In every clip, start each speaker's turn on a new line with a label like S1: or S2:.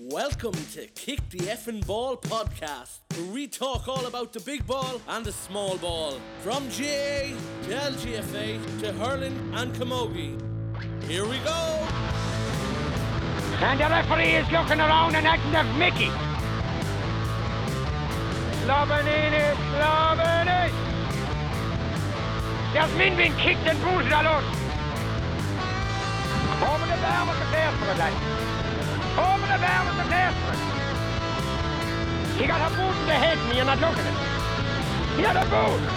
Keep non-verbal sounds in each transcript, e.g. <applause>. S1: Welcome to Kick the Effing Ball podcast, where we talk all about the big ball and the small ball. From GA to LGFA to hurling and camogie. Here we go!
S2: And the referee is looking around and acting as Mickey. Slovenini, Slovenini! There's men being kicked and bruised a lot. Over the bar with the pass for it, lad. Over the bar with the pass for it. He got a boot in the head and you're not looking at it. He had a boot.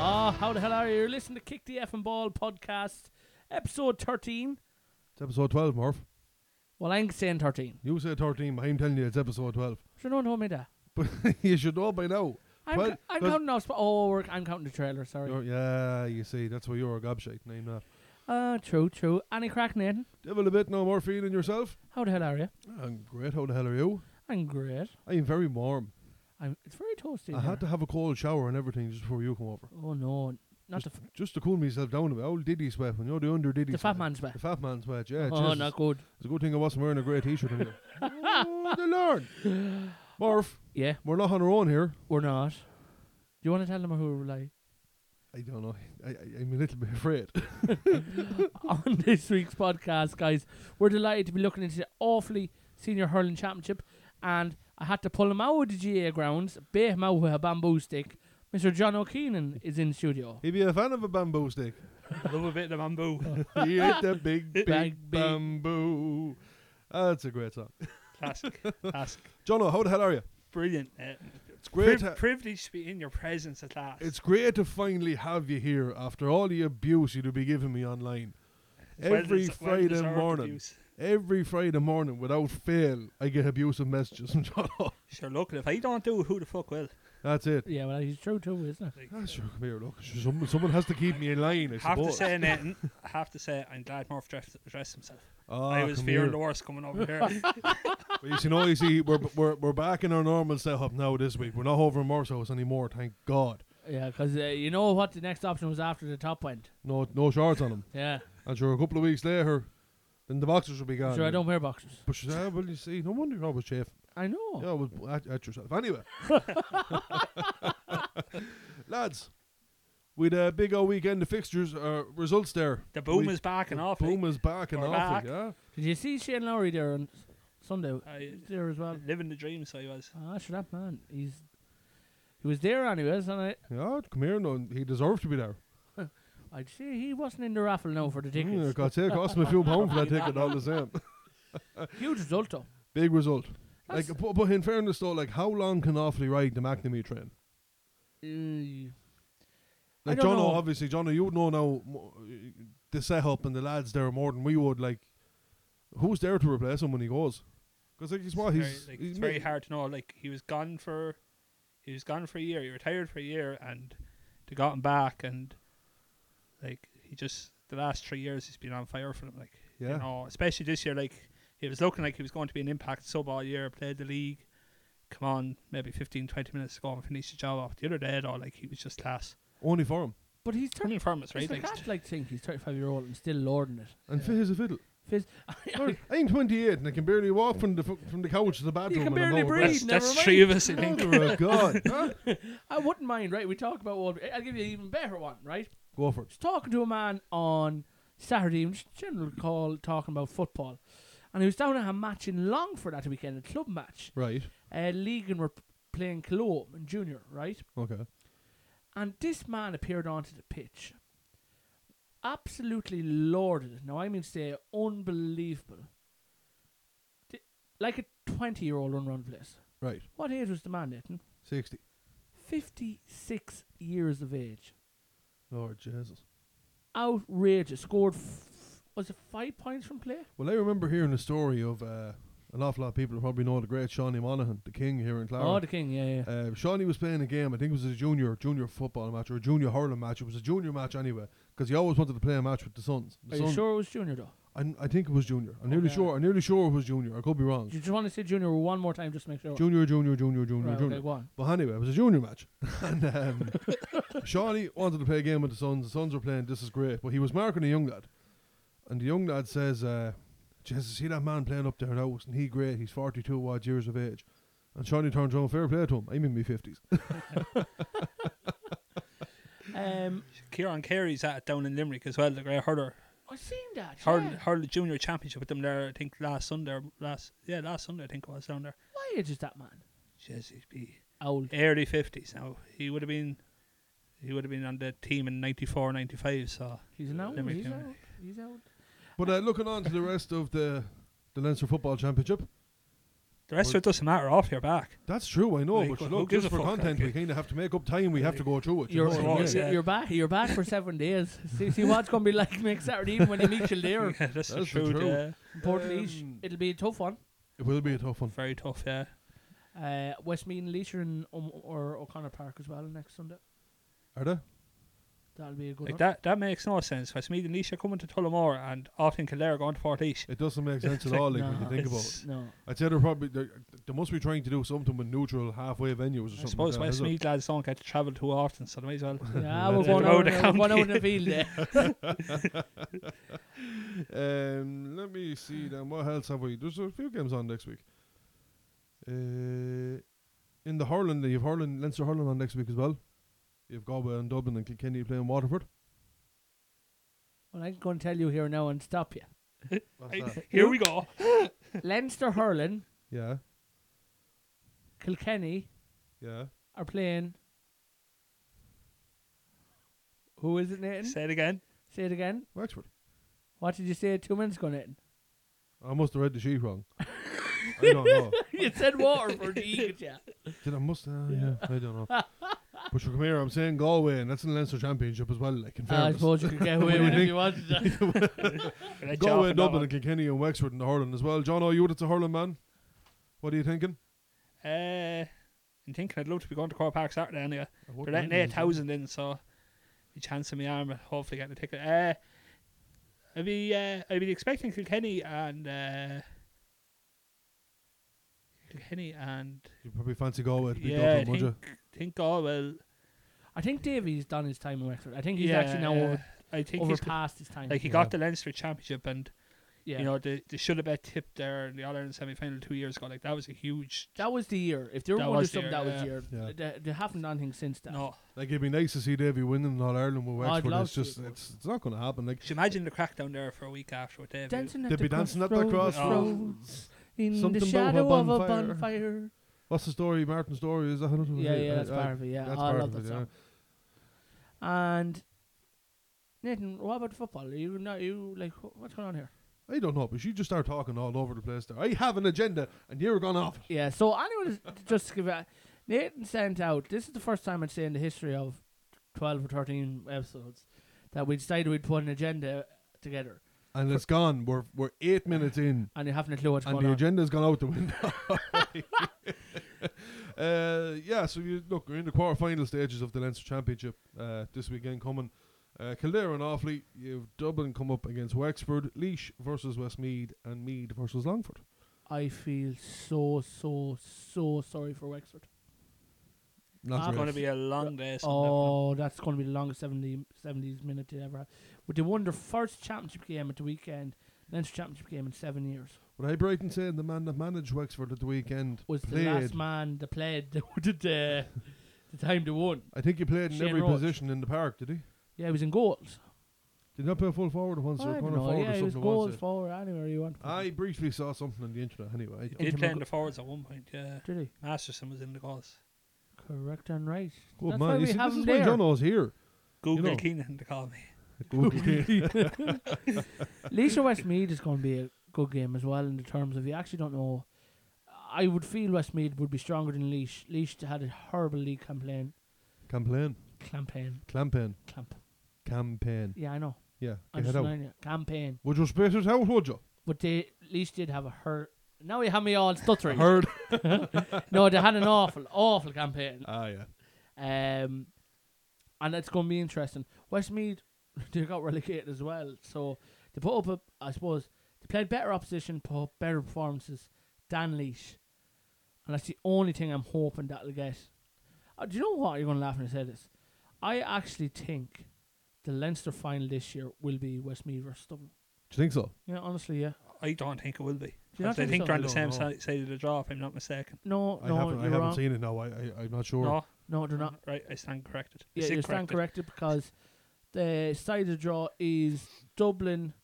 S3: Oh, how the hell are you? You're listening to Kick the F and Ball podcast, episode 13.
S4: It's episode 12, Murph.
S3: Well, I'm saying 13.
S4: You said 13, but I'm telling you it's episode 12.
S3: Sure, no one told me that.
S4: But <laughs> you should know by now.
S3: I'm,
S4: Well,
S3: ca- I'm
S4: does-
S3: counting off. Sp- oh, we're, I'm counting the trailer,
S4: you're-
S3: sorry.
S4: Oh, yeah, you see, that's why you're a gobshite, and I'm not.
S3: Uh, true, true. Any crack, Nathan?
S4: Devil a bit, no more feeling yourself.
S3: How the hell are you?
S4: I'm great, how the hell are you?
S3: I'm great.
S4: I'm very warm.
S3: I'm, it's very toasty. in
S4: I had to
S3: here.
S4: have a cold shower and everything just before you come over.
S3: Oh, no. Not the, f-
S4: Just to cool myself down a bit. Old Diddy sweat, when you're the under Diddy
S3: the
S4: sweat.
S3: fat man's back.
S4: The fat man's sweat, yeah.
S3: Oh,
S4: Jesus.
S3: not good.
S4: It's a good thing I wasn't wearing a grey t-shirt
S3: <laughs>
S4: anyway. oh,
S3: <sighs>
S4: the Lord. Murph,
S3: Yeah,
S4: we're not on our own here.
S3: we're not. Do you want to tell them who we're like?
S4: I don't know. I, I, I'm a little bit afraid.
S3: on <laughs> this week's podcast, guys. We're delighted to be looking into the awfully senior hurling championship, and I had to pull him out of the GA grounds, bait him out with a bamboo stick. Mr. John O'Keenan is in studio.
S4: He'd be a fan of a bamboo
S5: <laughs>
S4: stick.
S5: Love a bit of bamboo.
S4: he ate the big, big,
S3: big-
S4: bamboo. Ah, that's a great song.
S5: Classic. Classic.
S4: Jono, how the hell are you?
S5: Brilliant. Uh,
S4: It's great.
S5: priv-
S4: ha-
S5: privilege to be in your presence at last.
S4: it's great to finally have you here after all the abuse you'd be giving me online.
S5: Well des-
S4: Every
S5: well
S4: Friday
S5: deserved
S4: morning,
S5: abuse.
S4: every Friday morning, without fail, I get abusive messages from <laughs> Jono.
S5: Sure, look, if I don't do it, who the fuck will?
S4: That's it.
S3: Yeah, well, he's true too, isn't it?
S4: Ah, sure, come here, look. Sure, Someone, someone has to keep me in line, I
S5: have to
S4: suppose. <laughs>
S5: say, Nathan, I have to say, I'm glad Murph dressed, dressed himself.
S4: Ah,
S5: I was
S4: come
S5: fearing
S4: here.
S5: the worst coming
S4: <laughs>
S5: over here.
S4: Well, you see, now you see, we're, we're, we're back in our normal setup now this week. We're not over in Morse House anymore, thank God.
S3: Yeah, because uh, you know what the next option was after the top went.
S4: No, no shorts on him.
S3: Yeah,
S4: And sure, a couple of weeks later, then the boxers will be gone.
S3: sure I don't wear boxers.
S4: But she said, "Ah, well, you see, no wonder you're always chafing.
S3: I know.
S5: Oh.
S4: Yeah, well, at, at yourself.
S5: <laughs>
S4: Anyway. Lads, with a big old weekend of fixtures, uh, results there.
S5: the boom
S4: We-
S5: is back and off. eh?
S4: Boom is back and
S5: We're
S4: off. eh?
S5: back.
S4: Yeah.
S3: Did you see Shane Lowry there on S- Sunday?
S5: I-
S3: He's there as well.
S5: Living the dream, so I was.
S3: Ah, sure that man. He's he was there anyways, and I
S4: Yeah, come here. No, he deserves to be there.
S3: I'd say he wasn't in the raffle now for the tickets.
S4: Mm, God's sake, cost him a few pounds
S5: <laughs>
S4: for that ticket all the same.
S3: Huge result though.
S4: Big result. Like,
S3: That's-
S4: but, but in fairness though, like how long can Offaly ride the McNamee train?
S3: Uh, I
S4: Like
S3: don't
S4: John,
S3: know.
S4: obviously, John, you would know now mo- uh, the setup and the lads there more than we would. Like, who's there to replace him when he goes? Because like he's what
S5: very,
S4: he's,
S5: like,
S4: he's
S5: it's very
S4: ma-
S5: hard to know. Like he was gone for, he was gone for a year. He retired for a year, and they got him back, and like he just the last three years he's been on fire for them. Like
S4: Yeah.
S5: you know, especially this year, like it was looking like he was going to be an impact sub all year. Played the league, come on, maybe 15, 20 minutes to go and finish the job off. The other day, though, like he was just class.
S4: only for him
S3: but he's thirty.
S5: Only from us,
S3: It's
S5: right?
S3: the
S5: Like,
S3: cat like think he's thirty five year old and still lording it.
S4: and fit as a fiddle.
S3: Fizz- <laughs>
S4: Sorry, I'm 28 and I can barely walk from the fu- from the couch to the bedroom.
S3: can
S4: and I'm
S3: barely
S4: over
S3: breathe.
S5: that's
S4: it.
S3: never
S5: that's
S3: mind.
S5: three of us.
S3: <laughs>
S5: I think.
S4: Oh my God, huh?
S3: I wouldn't mind, right? We talk about Wolver- I'll give you an even better one, right?
S4: go for it.
S3: was talking to a man on Saturday evening, just general call talking about football. And he was down at a match in Longford that weekend, a club match.
S4: Right,
S3: Uh, League and were p- playing Cologne and Junior, right?
S4: okay.
S3: And this man appeared onto the pitch. Absolutely lorded it. Now, I mean, to say unbelievable. Di- Like a 20 year old unrun place.
S4: Right,
S3: What age was the man, Nathan?
S4: 60.
S3: 56 years of age.
S4: Lord Jesus.
S3: Outrageous. Scored, f- was it five points from play?
S4: Well, I remember hearing a story of uh, an awful lot of people who probably know the great Shawnee Monaghan, the king here in Clara.
S3: Oh, the king, yeah, yeah.
S4: Uh, Shawnee was playing a game. I think it was a junior junior football match or a junior hurling match. It was a junior match anyway because he always wanted to play a match with the Suns. The
S3: Are you
S4: Suns-
S3: sure it was Junior though?
S4: I, I think Uh, it was junior. I'm nearly
S3: Okay.
S4: sure. I'm nearly sure it was junior. I could be wrong.
S3: You just want to say Junior one more time, just to make sure.
S4: Junior, junior, junior, junior,
S3: Right,
S4: junior.
S3: okay, go on.
S4: But anyway, it was a junior match, <laughs> and um, Shawnee wanted to play a game with the Suns. The Suns were playing. This is great, but he was marking a young lad, and the young lad says, uh, Jesus, see that man playing up there now, isn't he great? He's 42 odd years of age. And Shawnee turns around, fair play to him. I'm in my 50s.
S3: Um,
S5: Kieran Carey's at it down in Limerick as well, the great hurler.
S3: I've seen that.
S5: Hurl,
S3: yeah.
S5: hurl junior championship with them there, I think last Sunday, or last yeah, last Sunday I think it was down there.
S3: Why age is that man?
S5: Jeez, he'd be
S3: Old.
S4: Eh,
S5: early fifties now. He would have been, he would have been on the team in 94, 95, So
S3: He's an old.
S5: Limerick
S3: He's
S5: United.
S3: old. He's old.
S4: But uh, looking on to the rest of the, the Leinster Football Championship,
S5: the rest of it doesn't matter. Off your back. <laughs>
S4: that's true, I know.
S5: Like,
S4: but you
S5: who
S4: look,
S5: gives
S4: just
S5: a
S4: for
S5: fuck,
S4: content,
S5: like,
S4: we kind of have to make up time. We have to go through it. you
S3: You're,
S4: know what I
S5: wrong,
S3: you're,
S4: mean?
S5: yeah.
S3: you're back. You're back for seven days. See, see what's going to be like next Saturday evening when you meet Kildare.
S5: Yeah, that's, the
S4: That's the
S5: truth.
S4: truth.
S5: Yeah,
S3: Portlaoise.
S4: Um,
S3: It'll be a tough one.
S4: It will be a tough one.
S5: very tough. Yeah,
S3: Uh, Westmead and Leash are in um, or O'Connor Park as well next Sunday.
S4: Are they?
S3: That'll be a good
S5: like
S3: one.
S5: that. That makes no sense. Westmead and Leash are coming to Tullamore, and Offaly and Kildare are going to Portage.
S4: It doesn't make sense at
S5: like,
S4: all like, when
S3: nah,
S4: you think about
S5: it's-
S4: it.
S3: No.
S4: I'd say they're probably, they're, they must be trying to do something with neutral halfway venues or something.
S5: I suppose
S4: like that, is it?
S5: Westmead lads don't get to travel too often, so they might as well.
S4: <laughs>
S5: <laughs>
S3: Yeah, we're
S5: Let
S3: going
S5: it
S3: out,
S5: go to
S3: in a- we're going
S5: county.
S3: out in a field day.
S4: Um, let me see then. What else have we? There's a few games on next week. Uh, in the Hurling, you've Hurling, Leinster Hurling on next week as well. You've Galway and Dublin and Kilkenny playing Waterford.
S3: Well, I'm going to tell you here now and stop you.
S4: What's that?
S5: Here we go.
S3: Leinster Hurling,
S4: Yeah,
S3: Kilkenny
S4: yeah.
S3: are playing. Who is it, Nathan?
S5: Say it again.
S3: Say it again.
S4: Wexford.
S3: What did you say two minutes ago, Nathan?
S4: I must have read the sheet wrong. I don't know.
S3: <laughs> you said Waterford, you yeah.
S4: Did I must? Uh, yeah. I don't know. But you come here. I'm saying Galway, and that's in the Leinster Championship as well. Like in
S3: I
S4: fairness.
S3: suppose you could
S4: <laughs>
S3: get away
S4: do
S3: with it
S4: you
S3: if you wanted
S4: <laughs>
S3: that.
S5: Let you off
S4: Galway,
S5: on that
S4: Dublin,
S5: one.
S4: and Kilkenny, and Wexford in the Hurling as well. John O'Yud, it's a Hurling man. What are you thinking?
S5: Uh, I'm thinking I'd love to be going to Core Park Saturday anyway.
S4: What
S5: They're letting
S4: night is it?
S5: 8,000 in, so be chance in my arm at hopefully getting a ticket. Uh, I'd be uh, I'd be expecting Kilkenny and uh, Kilkenny and
S4: You probably fancy Galway to beat
S5: yeah, I
S4: Dublin, would
S5: think
S4: you?
S5: think oh, Galwell.
S3: I think Davy's done his time in Wexford. I think he's
S5: yeah,
S3: actually now
S5: uh, I think he's
S3: overpassed his time.
S5: like he
S4: Yeah.
S5: got the Leinster Championship and
S3: yeah.
S5: you know the the Shullabet tip there in the All Ireland semi final two years ago. Like that was a huge
S3: that was the year. If they were
S5: That
S3: going to
S5: was the
S3: something,
S5: year,
S3: that was the
S5: yeah.
S3: year.
S4: Yeah.
S3: They, they haven't done anything since that.
S5: no.
S4: Like it'd be nice to see Davy winning in All Ireland with
S3: I'd
S4: Wexford.
S3: love
S4: It's
S3: to see
S4: just
S3: it.
S4: it's, it's not going to happen. Like
S5: Just imagine the crack down there for a week after with David.
S3: Dancing at
S4: They'd
S3: the
S4: be dancing at the
S3: crossroads,
S4: crossroads. Oh.
S3: in
S4: Something
S3: the
S4: about a
S3: shadow of a
S4: bonfire.
S3: bonfire.
S4: what's the story? Martin's story is that another one?
S3: Yeah, yeah,
S4: I-
S3: that's
S4: I-
S3: part of it. Yeah,
S4: that's
S3: I
S4: part
S3: love
S4: of
S3: that
S4: it, yeah.
S3: song. And Nathan, what about football? Are you not you like wh- what's going on here?
S4: I don't know, but you just start talking all over the place. There, I have an agenda, and you're gone off. it.
S3: Yeah. So anyone just to give a Nathan sent out. This is the first time I'd say in the history of twelve or thirteen episodes that we decided we'd put an agenda together,
S4: And it's gone. We're we're eight minutes in,
S3: and you haven't a clue what's
S4: and
S3: going
S4: the
S3: on.
S4: agenda's gone out
S3: <laughs>
S4: the window. uh, yeah, so you look, we're in the quarter-final stages of the Leinster Championship uh, this weekend coming. Uh, Kildare and Offaly, you've Dublin come up against Wexford, Leash versus Westmead, and Mead versus Longford.
S3: I feel so so so sorry for Wexford.
S4: Not
S3: I'm
S5: It's
S4: great.
S5: going to be a long day. Sunday.
S3: Oh, that's going to be the longest 70, 70s minute they ever had. But they won their first championship game at the weekend, Leinster championship game in seven years.
S4: Would I Brighton saying the man that managed Wexford at the weekend
S3: was
S4: played?
S3: the last man that played <laughs> the, the, the time they won.
S4: I think he played in
S3: Shane
S4: every
S3: Roach.
S4: position in the park, did he?
S3: Yeah, he was in goals.
S4: Did he not play a full forward or once or
S3: I
S4: corner
S3: don't know.
S4: forward
S3: Yeah,
S4: or
S3: he was
S4: something? at one
S3: goals
S4: stage?
S3: forward anywhere you want.
S4: I briefly saw something on the internet anyway.
S5: He did play in
S3: Intermuc-
S5: the forwards at one point. Yeah,
S3: did he?
S5: Masterson was in the goals.
S3: Correct and
S4: <laughs>
S3: right. <laughs>
S4: Good
S3: That's
S4: man.
S3: why
S4: You
S3: we
S4: see,
S3: have
S4: this is
S3: him
S4: why
S3: there.
S4: John
S3: <laughs>
S4: O's here.
S5: Google
S4: know.
S5: Keenan to call me.
S3: Leisure Westmead is going to be a good game as well in the terms of you actually don't know. I would feel Westmead would be stronger than Leash. Leash had a horrible league campaign.
S4: Campaign.
S3: Campaign.
S4: Clampain.
S3: Clamp.
S4: Campaign.
S3: Yeah, I know.
S4: Yeah.
S3: I'm
S4: Get
S3: just
S4: out.
S3: annoying you. Campaign.
S4: Would you space it out, would you?
S3: But they at least did have a hurt. Now you have me all stuttering.
S4: Heard.
S3: no, they had an awful, awful campaign.
S4: ah, yeah.
S3: Um, and it's going to be interesting. Westmead, <laughs> they got relegated as well. So they put up, a, I suppose, they played better opposition, put up better performances than Leash. And that's the only thing I'm hoping that'll get. Uh, do you know what? You're going to laugh when I say this. I actually think the Leinster final this year will be Westmead versus Dublin.
S4: Do you think so?
S3: Yeah, honestly, yeah.
S5: I don't think it will be.
S3: you not
S5: Because I
S3: think
S5: think
S3: so?
S5: they're on
S4: I
S5: the
S4: don't
S5: same
S4: know.
S5: side, side of the draw, if I'm not mistaken.
S3: No,
S4: I
S3: no,
S4: haven't, I
S3: you're
S4: haven't
S3: wrong.
S4: seen it now. I, I, I'm not sure.
S5: No,
S3: No, they're not.
S5: right. I stand corrected. I
S3: Yeah,
S5: sit
S3: you stand
S5: corrected.
S3: corrected because the side of the draw is Dublin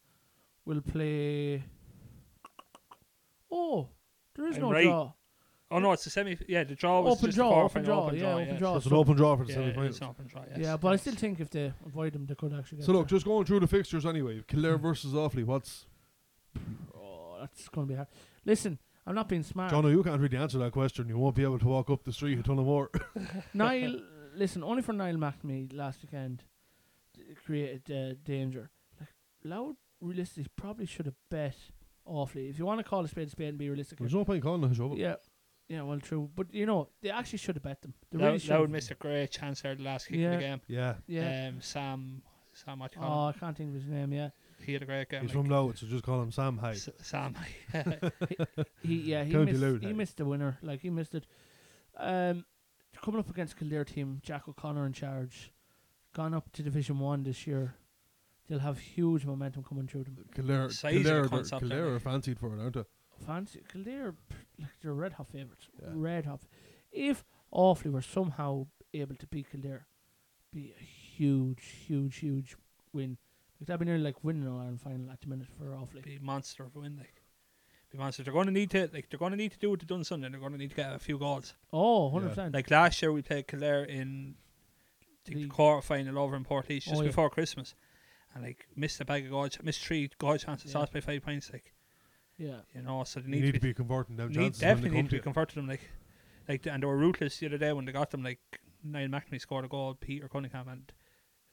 S3: will play. Oh, there is
S5: I'm
S3: no
S5: right.
S3: draw.
S5: Oh no, it's the semi. Yeah, the draw was
S3: Open
S5: just
S3: draw,
S5: the
S3: open
S5: quarterfinal,
S3: draw,
S5: open
S3: yeah,
S5: draw,
S3: open
S5: yeah.
S3: draw.
S4: So it's an open draw for the
S5: Yeah,
S4: semi
S5: it's
S4: finals.
S5: an open draw. Yes,
S3: yeah, but I
S5: yes.
S3: still think if they avoid them, they could actually get.
S4: So look,
S3: there.
S4: just going through the fixtures anyway.
S5: Mm.
S4: Kildare versus Offaly. What's
S3: oh, that's going to be hard. Listen, I'm not being
S5: Ah.
S3: smart.
S4: John? You can't really answer that question. You won't be able to walk up the street a ton of
S5: <laughs>
S4: more.
S3: <laughs> Niall, listen, only for Niall McNamee last weekend d- created uh, danger. Like, Loud realistically probably should have bet awfully. If you want to call a spade a spade and be realistic,
S4: There's no point calling it a shovel.
S3: yeah, yeah, well, true. But you know, they actually should have bet them. They
S5: Loud,
S3: really should.
S5: Loud
S3: have.
S5: missed a great chance there the last kick
S3: Yeah.
S5: of the game.
S4: Yeah,
S3: Yeah.
S5: Um, Sam, Sam, what do you call
S3: oh,
S5: him?
S3: I can't think of his name. Yeah,
S5: He had a great game.
S4: he's
S5: like,
S4: from Loud, so just call him Sam High.
S5: S- Sam,
S3: he yeah he
S4: County
S3: missed
S4: Loud,
S3: he
S4: like.
S3: missed the winner. Like he missed it. Um, coming up against Kildare team Jack O'Connor in charge, gone up to Division One this year. They'll have huge momentum coming through them.
S4: Kildare,
S5: Size of
S4: Kildare, they're-
S5: concept,
S4: Kildare
S5: anyway.
S4: are fancied for it, aren't they?
S3: fancy Kildare p- like they're red hot favourites.
S4: Yeah.
S3: Red hot. If Offaly were somehow able to beat Kildare, be a huge, huge, huge win. Like that'd be nearly like winning an All Ireland final at the minute for Offaly.
S5: be monster of a win. Like, be monster. They're going to need to like. They're going to need to do what they've done Sunday. They're going to need to get a few goals.
S3: Oh, 100 percent.
S5: Like last year, we played Kildare in the, the
S3: League.
S5: quarter final over in Portage just
S3: Oh, yeah.
S5: before Christmas, and like missed a bag of goal, ch- missed three goal chances,
S3: Yeah.
S5: lost by five points. Like
S3: yeah.
S5: you know, so they
S4: You
S5: need,
S4: need to be converting them
S5: need,
S4: chances when
S5: definitely
S4: they
S5: need
S4: come
S5: to be
S4: to you.
S5: converted them. Like, like th- and they were ruthless the other day when they got them. Like Niall McNamee scored a goal, Peter Cunningham and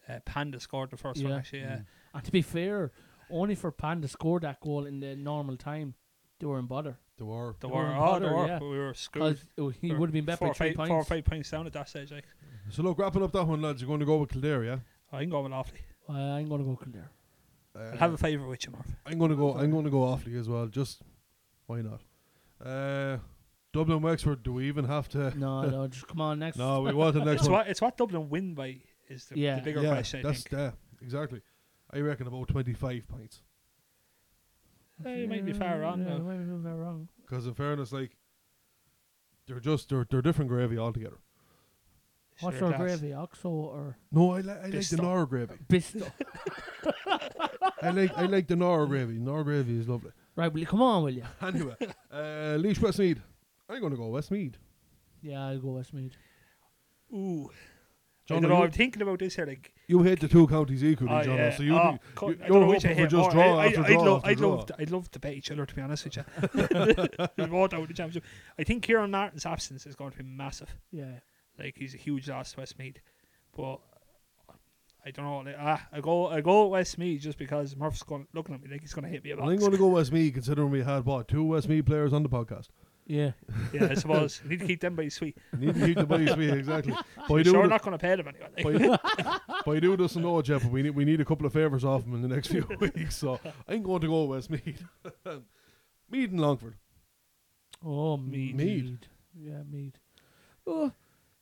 S5: uh, Panda scored the first one.
S3: Yeah.
S5: Actually,
S4: Mm.
S5: yeah,
S3: And to be fair, only for Pan to score that goal in the normal time, they were in bother.
S4: They were.
S5: they
S3: They
S5: were
S3: were in
S5: all
S3: bother,
S5: they were,
S3: yeah.
S5: but we were screwed.
S3: Because he
S5: Or
S3: would have been bet
S5: four
S3: by
S5: or
S3: three
S5: five,
S3: points.
S5: four or five points down at that stage. Like,
S4: So look, wrapping up that one, lads. You're going to go with Kildare, yeah?
S5: I can go with Offaly.
S3: Uh, I'm gonna go
S5: <laughs>
S3: Kildare.
S4: Uh,
S5: I'll have a favour with you, Murph.
S4: I'm going to go. I'm going to go Offaly as well. Just why not? Uh, Dublin Wexford. Do we even have
S5: <laughs>
S4: to?
S3: No, no, just come on next.
S4: No, we want the next
S5: It's
S4: one.
S5: what it's what Dublin win by is the,
S3: Yeah.
S5: the bigger
S4: yeah,
S5: question. I
S4: that's
S5: think.
S4: yeah, exactly. I reckon about 25 pints.
S5: Eh, you might be far wrong.
S3: Yeah,
S5: now.
S3: might be far wrong.
S4: Because in fairness, like they're just they're, they're different gravy altogether.
S3: What's
S5: Sure,
S3: your
S5: that's-
S3: gravy, Oxo or
S4: No, I, li- I like the
S5: Pistol.
S4: Nora gravy.
S5: <laughs>
S3: Bisto?
S4: I like I like the Nora gravy. Nora gravy is lovely.
S3: right, will you come on, will you?
S5: <laughs>
S4: Anyway, uh, Leash Westmead. I'm going to go Westmead.
S3: Yeah, I'll go Westmead.
S5: Ooh,
S4: John,
S5: I don't
S4: are
S5: know.
S4: you-
S5: I'm thinking about this here. Like,
S4: You hate the two counties equally,
S5: oh,
S4: John.
S5: yeah.
S4: So you,
S5: oh,
S4: you
S5: co- I
S4: you're
S5: don't know which
S4: hoping
S5: I
S4: for
S5: hate
S4: just
S5: more.
S4: draw
S5: I,
S4: after
S5: I,
S4: draw
S5: I'd, love,
S4: after
S5: I'd,
S4: draw.
S5: love to, I'd love to bet each other. To be honest with you, <laughs> we both out of the championship. I think Kieran Martin's absence is going to be massive.
S3: Yeah.
S5: Like, he's a huge loss to Westmead, but. I don't know. Like, ah, I go, I go with Westmead just because Murph's going looking at me like he's going to hit <laughs> me a
S4: I'm
S5: box.
S4: going to go Westmead, considering we had what two Westmead players on the podcast.
S3: Yeah.
S5: yeah, I suppose need to keep them by sweet.
S4: Need to keep the
S5: <laughs>
S4: bodies free, exactly. By
S5: sure,
S4: doing
S5: not going to pay them anyway. Like,
S4: by, <laughs> by doing this and all, Jeff, we need we need a couple of favours off him in the next
S5: <laughs>
S4: few weeks. So I'm going to go Westmead, <laughs> Mead and Longford.
S3: Oh,
S5: Mead.
S3: mead.
S4: Mead.
S3: Yeah, mead. Oh,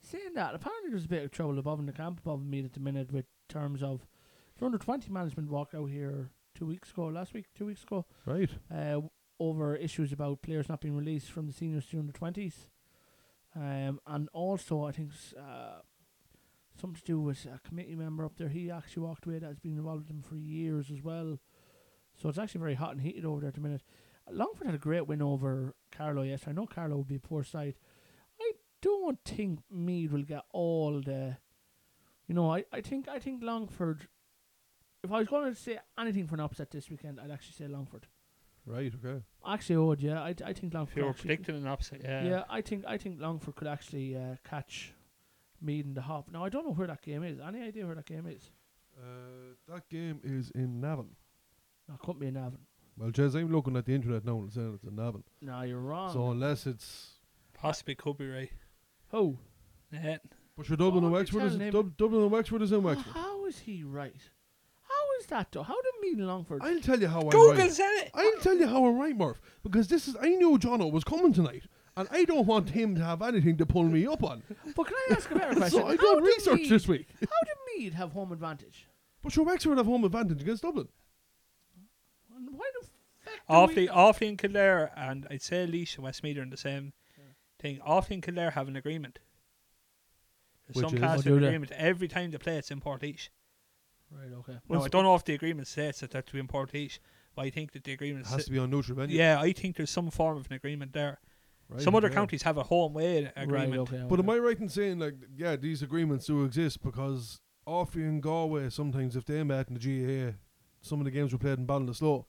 S3: saying that, apparently there's a bit of trouble above in the camp above mead at the minute with terms of the under twenty management walked out here two weeks ago, last week, two weeks ago,
S4: Right.
S3: uh, over issues about players not being released from the seniors to under twenties, um, and also I think s- uh, something to do with a committee member up there. He actually walked away that has been involved with them for years as well. So it's actually very hot and heated over there at the minute. Longford had a great win over Carlo yesterday. I know Carlo will be a poor side. I don't think Mead will get all the you know, I, I think I think Longford if I was going to say anything for an upset this weekend, I'd actually say Longford.
S4: Right. Okay.
S3: Actually, I would yeah. I, I think
S5: if
S3: Longford.
S5: you were
S3: actually-
S5: predicting an upset, yeah.
S3: yeah, I think I think Longford could actually uh, catch Mead in the hop. Now I don't know where that game is. Any idea where that game is?
S4: Uh, that game is in Navan.
S3: No, it couldn't be in Avon.
S4: Well, Jez, I'm looking at the internet now and it's saying it's in Navan.
S3: No, you're
S5: Oh.
S3: wrong.
S4: So unless it's
S5: possibly could be right.
S3: Who?
S5: Yeah.
S4: but your Dublin and
S3: Oh,
S4: Wexford is
S3: tell him.
S4: Dub, Dublin and Wexford is in
S5: <laughs>
S4: Wexford.
S3: how is he right? How is that though? How did Mead and Longford?
S4: I'll tell you how I'm
S5: Google
S4: right.
S5: said it.
S4: I'll tell you how I'm right, Murph, because this is I knew Jono was coming tonight, and I don't want him to have anything to pull me
S3: <laughs>
S4: up on.
S3: but can I ask a better question?
S4: <laughs> so I
S3: How
S4: don't
S3: did
S4: research
S3: Meath-
S4: this week. <laughs>
S3: How did Mead have home advantage?
S4: But sure, Wexford have home advantage against Dublin.
S3: And Why the fuck
S5: Offaly, Offaly and Kildare, and I'd say Leash and Westmead are in the same thing. Offaly and Kildare have an agreement. There's
S4: Which
S5: some
S4: is-
S5: class
S3: Oh,
S5: of
S3: do they?
S5: agreement. Every time they play, it's import Leash.
S3: Right, okay.
S5: No, I don't know if the agreement says that they're to import each, but I think that the agreement
S4: It has
S5: sa-
S4: to be on neutral venue.
S5: Yeah, I think there's some form of an agreement there.
S4: right,
S5: some other
S4: yeah.
S5: counties have a home way agreement.
S3: Right, okay.
S4: But
S3: okay.
S4: am I right in saying like, yeah, these agreements do exist because Offaly and Galway sometimes, if they met in the GAA, some of the games were played in
S3: <laughs>
S4: Ballinasloe.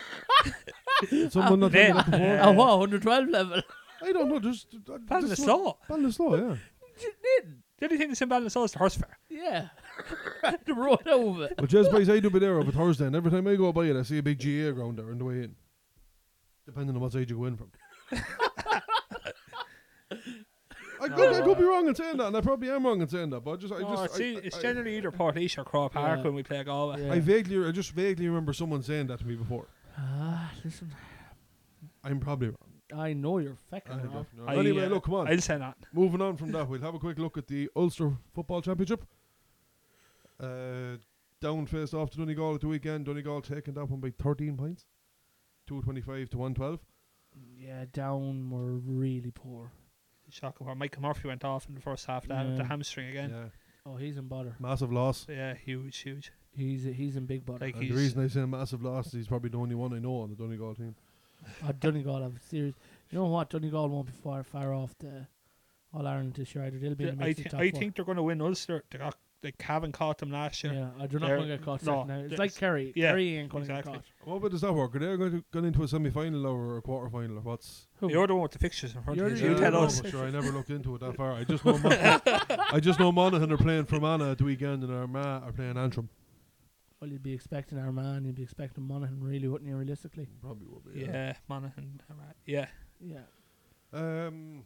S4: <laughs> Someone not <laughs>
S5: Then-
S4: thinking that before.
S3: Oh, wow, 112 level.
S4: I don't know. There's uh, just what-
S5: Ballinasloe?
S4: Ballinasloe, yeah.
S3: <laughs> You did.
S5: <laughs> The only thing that's in Ballinasloe is the horse fair.
S3: Yeah. <laughs> the road over.
S4: But just by I do be there over Thursday, and every time I go by it, I see a big GA ground there on the way in. Depending on what side you go in from. I could, I could be wrong in saying that, and I probably am wrong in saying that. But I just, I
S5: No,
S4: just,
S5: it's,
S4: I,
S5: e- it's
S4: I-
S5: generally either Port Leash or Crow Park
S3: Yeah.
S5: when we play Galway.
S3: Yeah.
S4: I vaguely, I just vaguely remember someone saying that to me before.
S3: Ah, listen.
S4: I'm probably wrong.
S3: I know you're
S4: I
S3: fucking
S4: don't
S3: wrong.
S4: know.
S5: I,
S4: anyway,
S5: uh,
S4: look, come on.
S5: I'll say that.
S4: Moving on from that, we'll have a quick look at the Ulster Football Championship. Uh, Down faced off to Donegal at the weekend. Donegal taking that one by 13 points, 225 to 112.
S3: Yeah, down were really poor.
S5: Shock of Michael Murphy went off in the first half, that with the
S3: Yeah.
S5: hamstring again.
S4: Yeah,
S3: Oh, he's in bother.
S4: massive loss.
S5: So yeah, huge, huge.
S3: He's he's in big bother.
S5: Like
S4: And the
S5: he's-
S4: reason I say massive loss is he's probably the only one I know on the Donegal team.
S3: oh, Donegal have serious. You know what? Donegal won't be far far off the All Ireland this year either. They'll be in the
S5: I,
S3: mix of
S5: th-
S3: top
S5: I
S3: four.
S5: think they're going to win Ulster. They, got, they haven't caught them last year.
S3: Yeah, I do not
S5: They're-
S3: want to get caught
S5: no,
S3: second now. It's
S5: th-
S3: like Kerry.
S5: yeah,
S3: Kerry ain't going
S5: exactly.
S3: to get
S4: What way Oh, does that work? Are they going to gone into a semi final or a quarter final or what's?
S3: caught.
S5: You're the one with the fixtures in front
S3: You're
S5: of
S3: the-
S5: you.
S3: you're
S5: You
S3: the
S4: I
S5: tell
S4: don't
S3: one
S5: us.
S4: know, but sure, I never looked into it that far. I
S3: <laughs>
S4: just know Mon- I just know Monaghan are playing Fermanagh at the weekend and Armagh are playing Antrim.
S3: Well, you'd be expecting Armagh, you'd be expecting Monaghan, really, wouldn't you, realistically?
S4: Probably will be.
S5: Yeah, Monaghan. alright, Yeah,
S3: Yeah.
S4: Um,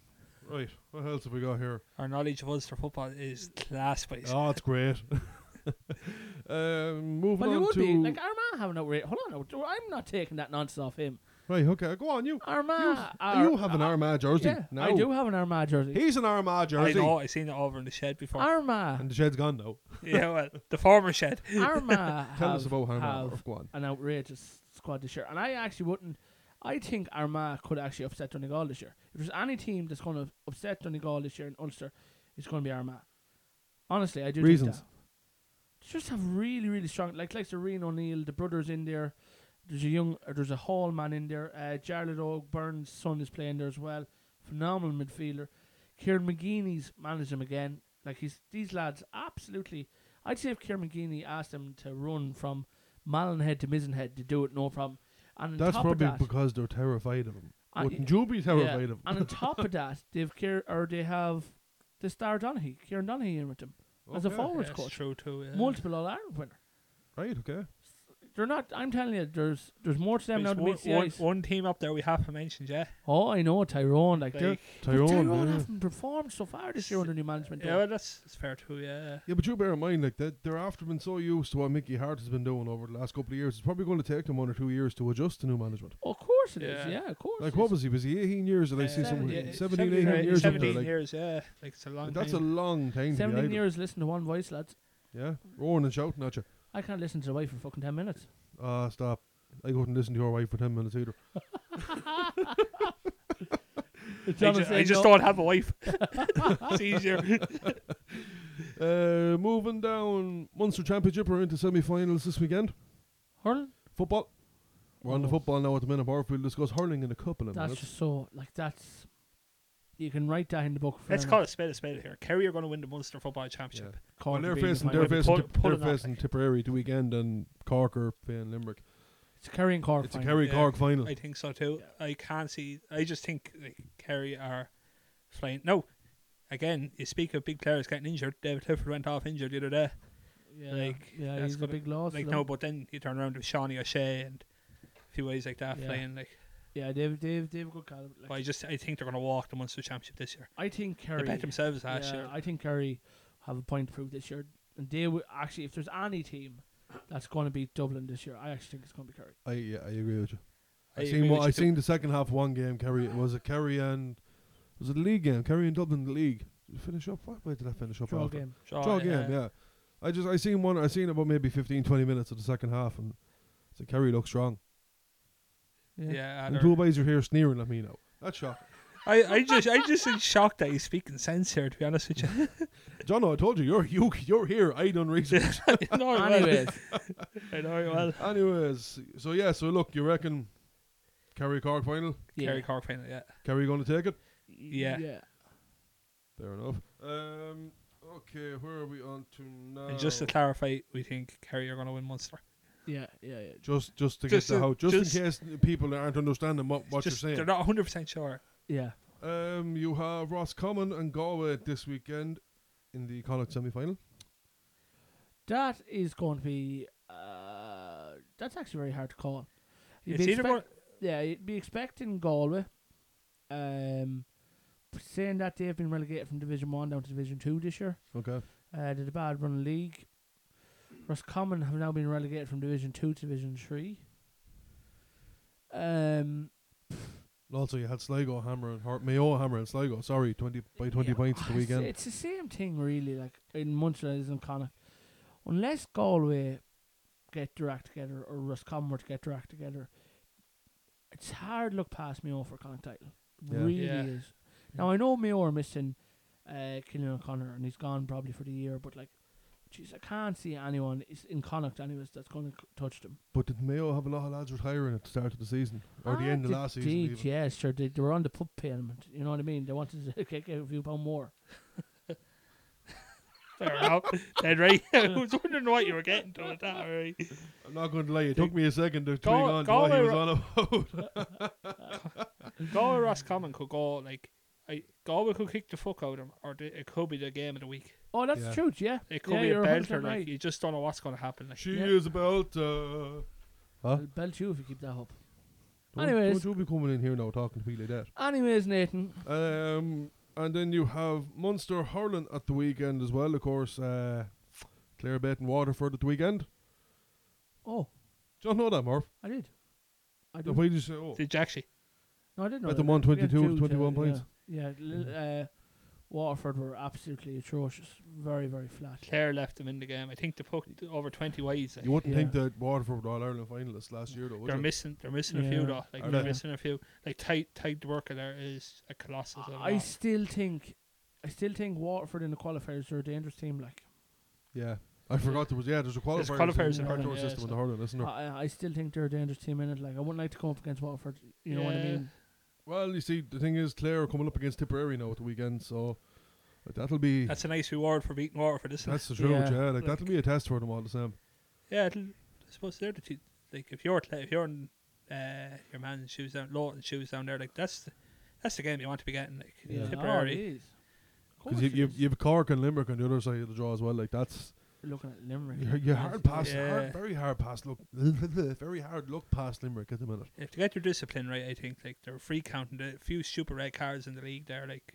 S4: right. What else have we got here?
S5: our knowledge of Ulster football is class based.
S4: Oh, it's great.
S3: <laughs>
S4: um, moving
S3: Well, you
S4: on
S3: would
S4: to
S3: be. Like, Armagh have an outrage. Hold on, now, I'm not taking that nonsense off him.
S4: right. Okay, go on. You
S3: Armagh. are-
S4: you have an Armagh jersey.
S3: Ah, Yeah,
S4: now.
S3: I do have an Armagh jersey.
S4: He's an Armagh
S5: I
S4: jersey,
S5: know. I seen it over in the shed before.
S3: Armagh.
S4: and the shed's gone now.
S5: <laughs> yeah, well, the former shed.
S3: Armagh.
S4: <laughs> Tell
S3: have,
S4: us about Armagh.
S3: have
S4: Have, go on.
S3: an outrageous squad this year. And I actually wouldn't. I think Armagh could actually upset Donegal this year. If there's any team that's going to upset Donegal this year in Ulster, it's going to be Armagh. Honestly, I do
S4: Reasons?
S3: Think that. They just have really, really strong. Like like Serene O'Neill, the brothers in there. There's a young, or there's a Hall man in there. Uh, Jarlett O'Byrne's son is playing there as well. Phenomenal midfielder. Kieran McGeaney's managed him again. Like he's these lads absolutely. I'd say if Kieran McGeaney asked them to run from Malinhead to Mizenhead, to do it no problem. And on
S4: That's
S3: top
S4: probably
S3: of that,
S4: because they're terrified of him.
S3: Uh,
S4: Wouldn't you be terrified
S3: yeah,
S4: of him?
S3: and
S4: <laughs>
S3: on top of that, they've Kier, or they have the star Donaghy, Kieran Donaghy in with them as a
S4: Okay.
S5: Yeah,
S3: forwards
S5: it's
S3: coach,
S5: true too. Yeah.
S3: multiple All Ireland winner.
S4: Right. Okay.
S3: They're not. I'm telling you, there's there's more to them
S5: There's
S3: now than
S5: one,
S3: meets the
S5: one,
S3: eyes.
S5: one team up there we haven't mentioned yet.
S3: Oh, I know Tyrone. Like, they're,
S5: Like,
S4: Tyrone.
S3: Tyrone
S4: yeah.
S3: haven't performed so far this year under new management.
S5: yeah,
S3: though.
S5: well, that's, that's fair too. Yeah.
S4: Yeah, but you bear in mind, like that, they're after been so used to what Mickey Hart has been doing over the last couple of years. It's probably going to take them one or two years to adjust to new management.
S3: of course it is.
S5: Yeah.
S3: yeah. of course.
S4: Like,
S3: it
S4: what
S3: is.
S4: was he? Was he 18 years? Did I
S5: Uh,
S4: see somewhere?
S5: yeah, yeah,
S4: 17, 18 years. up there,
S5: 17
S4: like,
S5: years, yeah. Like it's a long
S4: That's a
S5: time.
S4: long time. to be
S3: 17
S4: idle.
S3: years listening to one voice, lads.
S4: Yeah, roaring and shouting at you.
S3: I can't listen to the wife for fucking 10 minutes.
S4: Ah, stop. I couldn't listen to your wife for 10 minutes either.
S5: I just, I just don't have a <laughs> wife. it's easier.
S4: Uh, moving down, Munster Championship are into semi finals this weekend.
S3: Hurling?
S4: Football. We're on the
S3: Oh.
S4: football now at the minute, Barf. We'll discuss hurling in a couple of
S3: That's
S4: minutes.
S3: just so, like, that's. You can write that in the book for
S5: Let's
S3: them.
S5: call a spade a spade here. Kerry are going to win the Munster Football Championship.
S3: Call
S4: Well,
S3: it
S4: they're
S3: being the
S4: facing,
S3: final.
S4: they're
S5: Maybe
S4: facing,
S5: pull-
S4: Tip-
S5: pull
S4: they're
S5: it out,
S4: facing
S5: like.
S4: Tipperary the weekend and Cork are playing Limerick.
S3: It's a Kerry and Cork.
S4: It's a
S3: final.
S4: Kerry
S5: Yeah.
S4: Cork final.
S5: I think so too. I can't see. I just think like, Kerry are flying. No, again, you speak of big players getting injured. David Clifford went off injured the other day.
S3: Yeah,
S5: like,
S3: yeah
S5: that's
S3: he's a
S5: gonna-
S3: big loss. to
S5: like
S3: them.
S5: no, but then you turn around with Shawnee O'Shea and a few ways like that
S3: Yeah.
S5: playing. Like,
S3: Yeah, they've, they've, they've a good caliber.
S5: but I
S3: Like,
S5: just I think they're going to walk the Munster Championship this year.
S3: I think Kerry.
S5: They bet themselves last
S3: yeah,
S5: year.
S3: I think Kerry have a point to prove this year. And they would actually, if there's any team that's going to beat Dublin this year, I actually think it's going to be Kerry.
S4: I, yeah, I agree with you. I,
S5: I
S4: seen
S5: agree
S4: what,
S5: with
S4: I
S5: you too.
S4: seen the second half of one game. Kerry it was a Kerry and was it a league game? Kerry and Dublin the league. Did it finish up? What way did I finish up?
S3: Draw
S4: after?
S3: game.
S5: Shaw,
S4: Draw game, yeah. I just I seen one. I seen about maybe 15, 20 minutes of the second half, and so Kerry looked strong.
S3: Yeah.
S5: Yeah,
S4: And
S5: and
S4: two boys are here sneering at me now. That's shocking.
S5: I, I just I just in shock that he's speaking sense here. To be honest with you,
S4: John, I told you, you're you, you're here. I done research.
S5: <laughs> I know it well.
S3: Anyways,
S5: <laughs> I know it well.
S4: Anyways, so yeah, so look, you reckon Kerry Cork final?
S5: Kerry
S3: yeah.
S5: Cork final, yeah.
S4: Kerry going to take it?
S5: Yeah.
S4: Fair enough. Um, okay, where are we on to now?
S5: And just to clarify, we think Kerry are going to win Munster.
S3: Yeah, yeah, yeah.
S4: just just to
S5: Just
S4: get the
S5: to-
S4: how, just,
S5: just-
S4: in case people aren't understanding what, what
S5: Just-
S4: you're
S5: They're
S4: saying.
S5: not 100 percent sure.
S3: Yeah.
S4: Um, you have Ross Common and Galway this weekend in the Connacht semi-final.
S3: That is going to be. Uh, that's actually very hard to call.
S5: It's either
S3: expect-
S5: one.
S3: yeah, you'd be expecting Galway. Um, saying that they've been relegated from Division One down to Division Two this year.
S5: Hmm.
S4: Okay.
S3: Uh, did a bad run in league. Roscommon have now been relegated from Division Two to Division Three. Um,
S4: Also, you had Sligo hammer and Hart Mayo hammer and Sligo. Sorry, twenty by twenty
S3: yeah,
S4: points the
S3: it's-
S4: weekend.
S3: It's the same thing, really. Like in Munster as in Connacht, unless Galway get their act together or Roscommon were to get their act together, it's hard to look past Mayo for Connacht title.
S4: Yeah.
S3: Really
S5: Yeah.
S3: is. Now I know Mayo are missing uh, Killian O'Connor and he's gone probably for the year, but like, jeez, I can't see anyone is in Connacht anyways that's going to touch them.
S4: but did Mayo have a lot of lads retiring at the start of the season or the
S3: Ah,
S4: end of
S3: they
S4: last season?
S3: did,
S4: even?
S3: yeah, sure. They, they were on the pub payment. You know what I mean? They wanted to <laughs> get, get a few pound more.
S5: Fair enough. Then <laughs> right, I was wondering what you were getting to with that. Right.
S4: I'm not going to lie. It took me a second to tweet
S5: Gal-
S4: on to what he
S5: Galway
S4: was
S5: ro-
S4: on about. <laughs>
S5: Galway Ross Common could go like, I Galway could kick the fuck out of him, or the, it could be the game of the week.
S3: Oh, that's
S4: Yeah.
S3: the truth. Yeah,
S5: It could
S3: Yeah,
S5: be a
S3: you're 100%
S5: belter. Like
S3: right.
S5: you just don't know what's going to happen. Like
S4: She
S3: Yeah.
S4: is about. Uh, Huh?
S3: I'll belt you if you keep that up.
S4: Don't-
S3: Anyways.
S4: don't you be coming in here now talking to me like that.
S3: Anyways, Nathan.
S4: Um, and then you have Munster hurling at the weekend as well, of course. Uh, Clarebet and Waterford at the weekend.
S3: Oh, er
S4: Do you not know that, Murph?
S3: I did. I
S4: The
S3: did.
S4: way you say, oh,
S5: did you actually?
S3: No, I didn't know.
S4: Bet
S3: that.
S4: them won
S3: We had
S4: 22 with
S3: two
S4: 21 points.
S3: Yeah, yeah li-
S4: Mm.
S3: uh, Waterford were absolutely atrocious. Very, very flat.
S5: Clare left them in the game. I think they put over 20 wides. Like.
S4: you wouldn't
S3: yeah.
S4: think that Waterford were All Ireland finalists last year, though, would
S5: They're
S4: you?
S5: missing. They're missing a few
S3: Yeah.
S5: though. Like
S4: Are
S5: they're
S4: they?
S5: missing a few. Like tight, tight worker there is a colossus. of a
S3: I
S5: lot.
S3: still think, I still think Waterford in the qualifiers are a dangerous team. Like,
S4: Yeah. I forgot there was, yeah, there's a qualifiers,
S5: qualifiers
S4: in
S3: in
S4: the
S3: hurling,
S4: outdoor
S5: yeah,
S4: system in
S5: so-
S4: the hurling, isn't there?
S3: I, I still think they're a dangerous team in it. Like, I wouldn't like to come up against Waterford. You know what I
S5: Yeah.
S3: mean?
S4: well, you see, the thing is, Clare are coming up against Tipperary now at the weekend, so that'll be. That's,
S5: That's a nice reward for beating Waterford, isn't it?
S4: the truth, yeah.
S3: Yeah.
S4: like, that'll be a test for them all the same.
S5: Yeah, it'll, I suppose they're the two. Like if you're cl- if you're in, uh, your man's shoes down, Lawton's shoes down there, like that's the, that's the game you want to be getting. Like
S4: Yeah.
S5: Tipperary,
S3: Oh, it is. Of
S4: Because
S3: course
S4: you,
S3: it
S4: you,
S3: is.
S4: you have Cork and Limerick on the other side of the draw as well. Like, that's.
S3: looking at Limerick.
S4: You're, you're hard pass,
S5: Yeah.
S4: hard, very hard pass. Look, <laughs> very hard look past Limerick at the minute.
S5: if they get their discipline right, I think like they're free counting the few stupid red cards in the league. There, like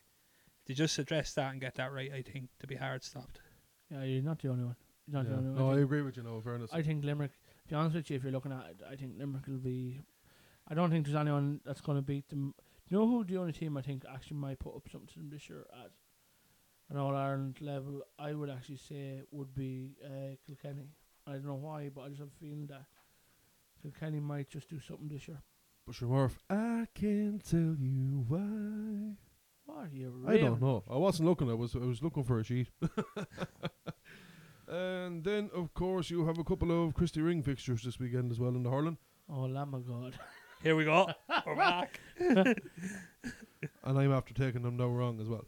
S5: if they just address that and get that right, I think to be hard stopped.
S3: Yeah, you're not the only one. You're not
S4: Yeah.
S3: the only one.
S4: No,
S3: I
S4: I
S3: think-
S4: agree with you. No, in fairness.
S3: I think Limerick. To be honest with you, if you're looking at it, I think Limerick will be. I don't think there's anyone that's going to beat them. You know who the only team I think actually might put up something to them this year at an All Ireland level? I would actually say would be uh, Kilkenny. I don't know why, but I just have a feeling that Kilkenny might just do something this year.
S4: but sure, Murph, I can tell you why.
S3: What are you?
S4: I don't
S3: raving?
S4: know. I wasn't looking. I was I was looking for a sheet. <laughs> and then, of course, you have a couple of Christie Ring fixtures this weekend as well in the Harlan.
S3: Oh, lamb of God! <laughs>
S5: Here we go.
S4: <laughs>
S5: We're back.
S4: And I'm after taking them now wrong as well.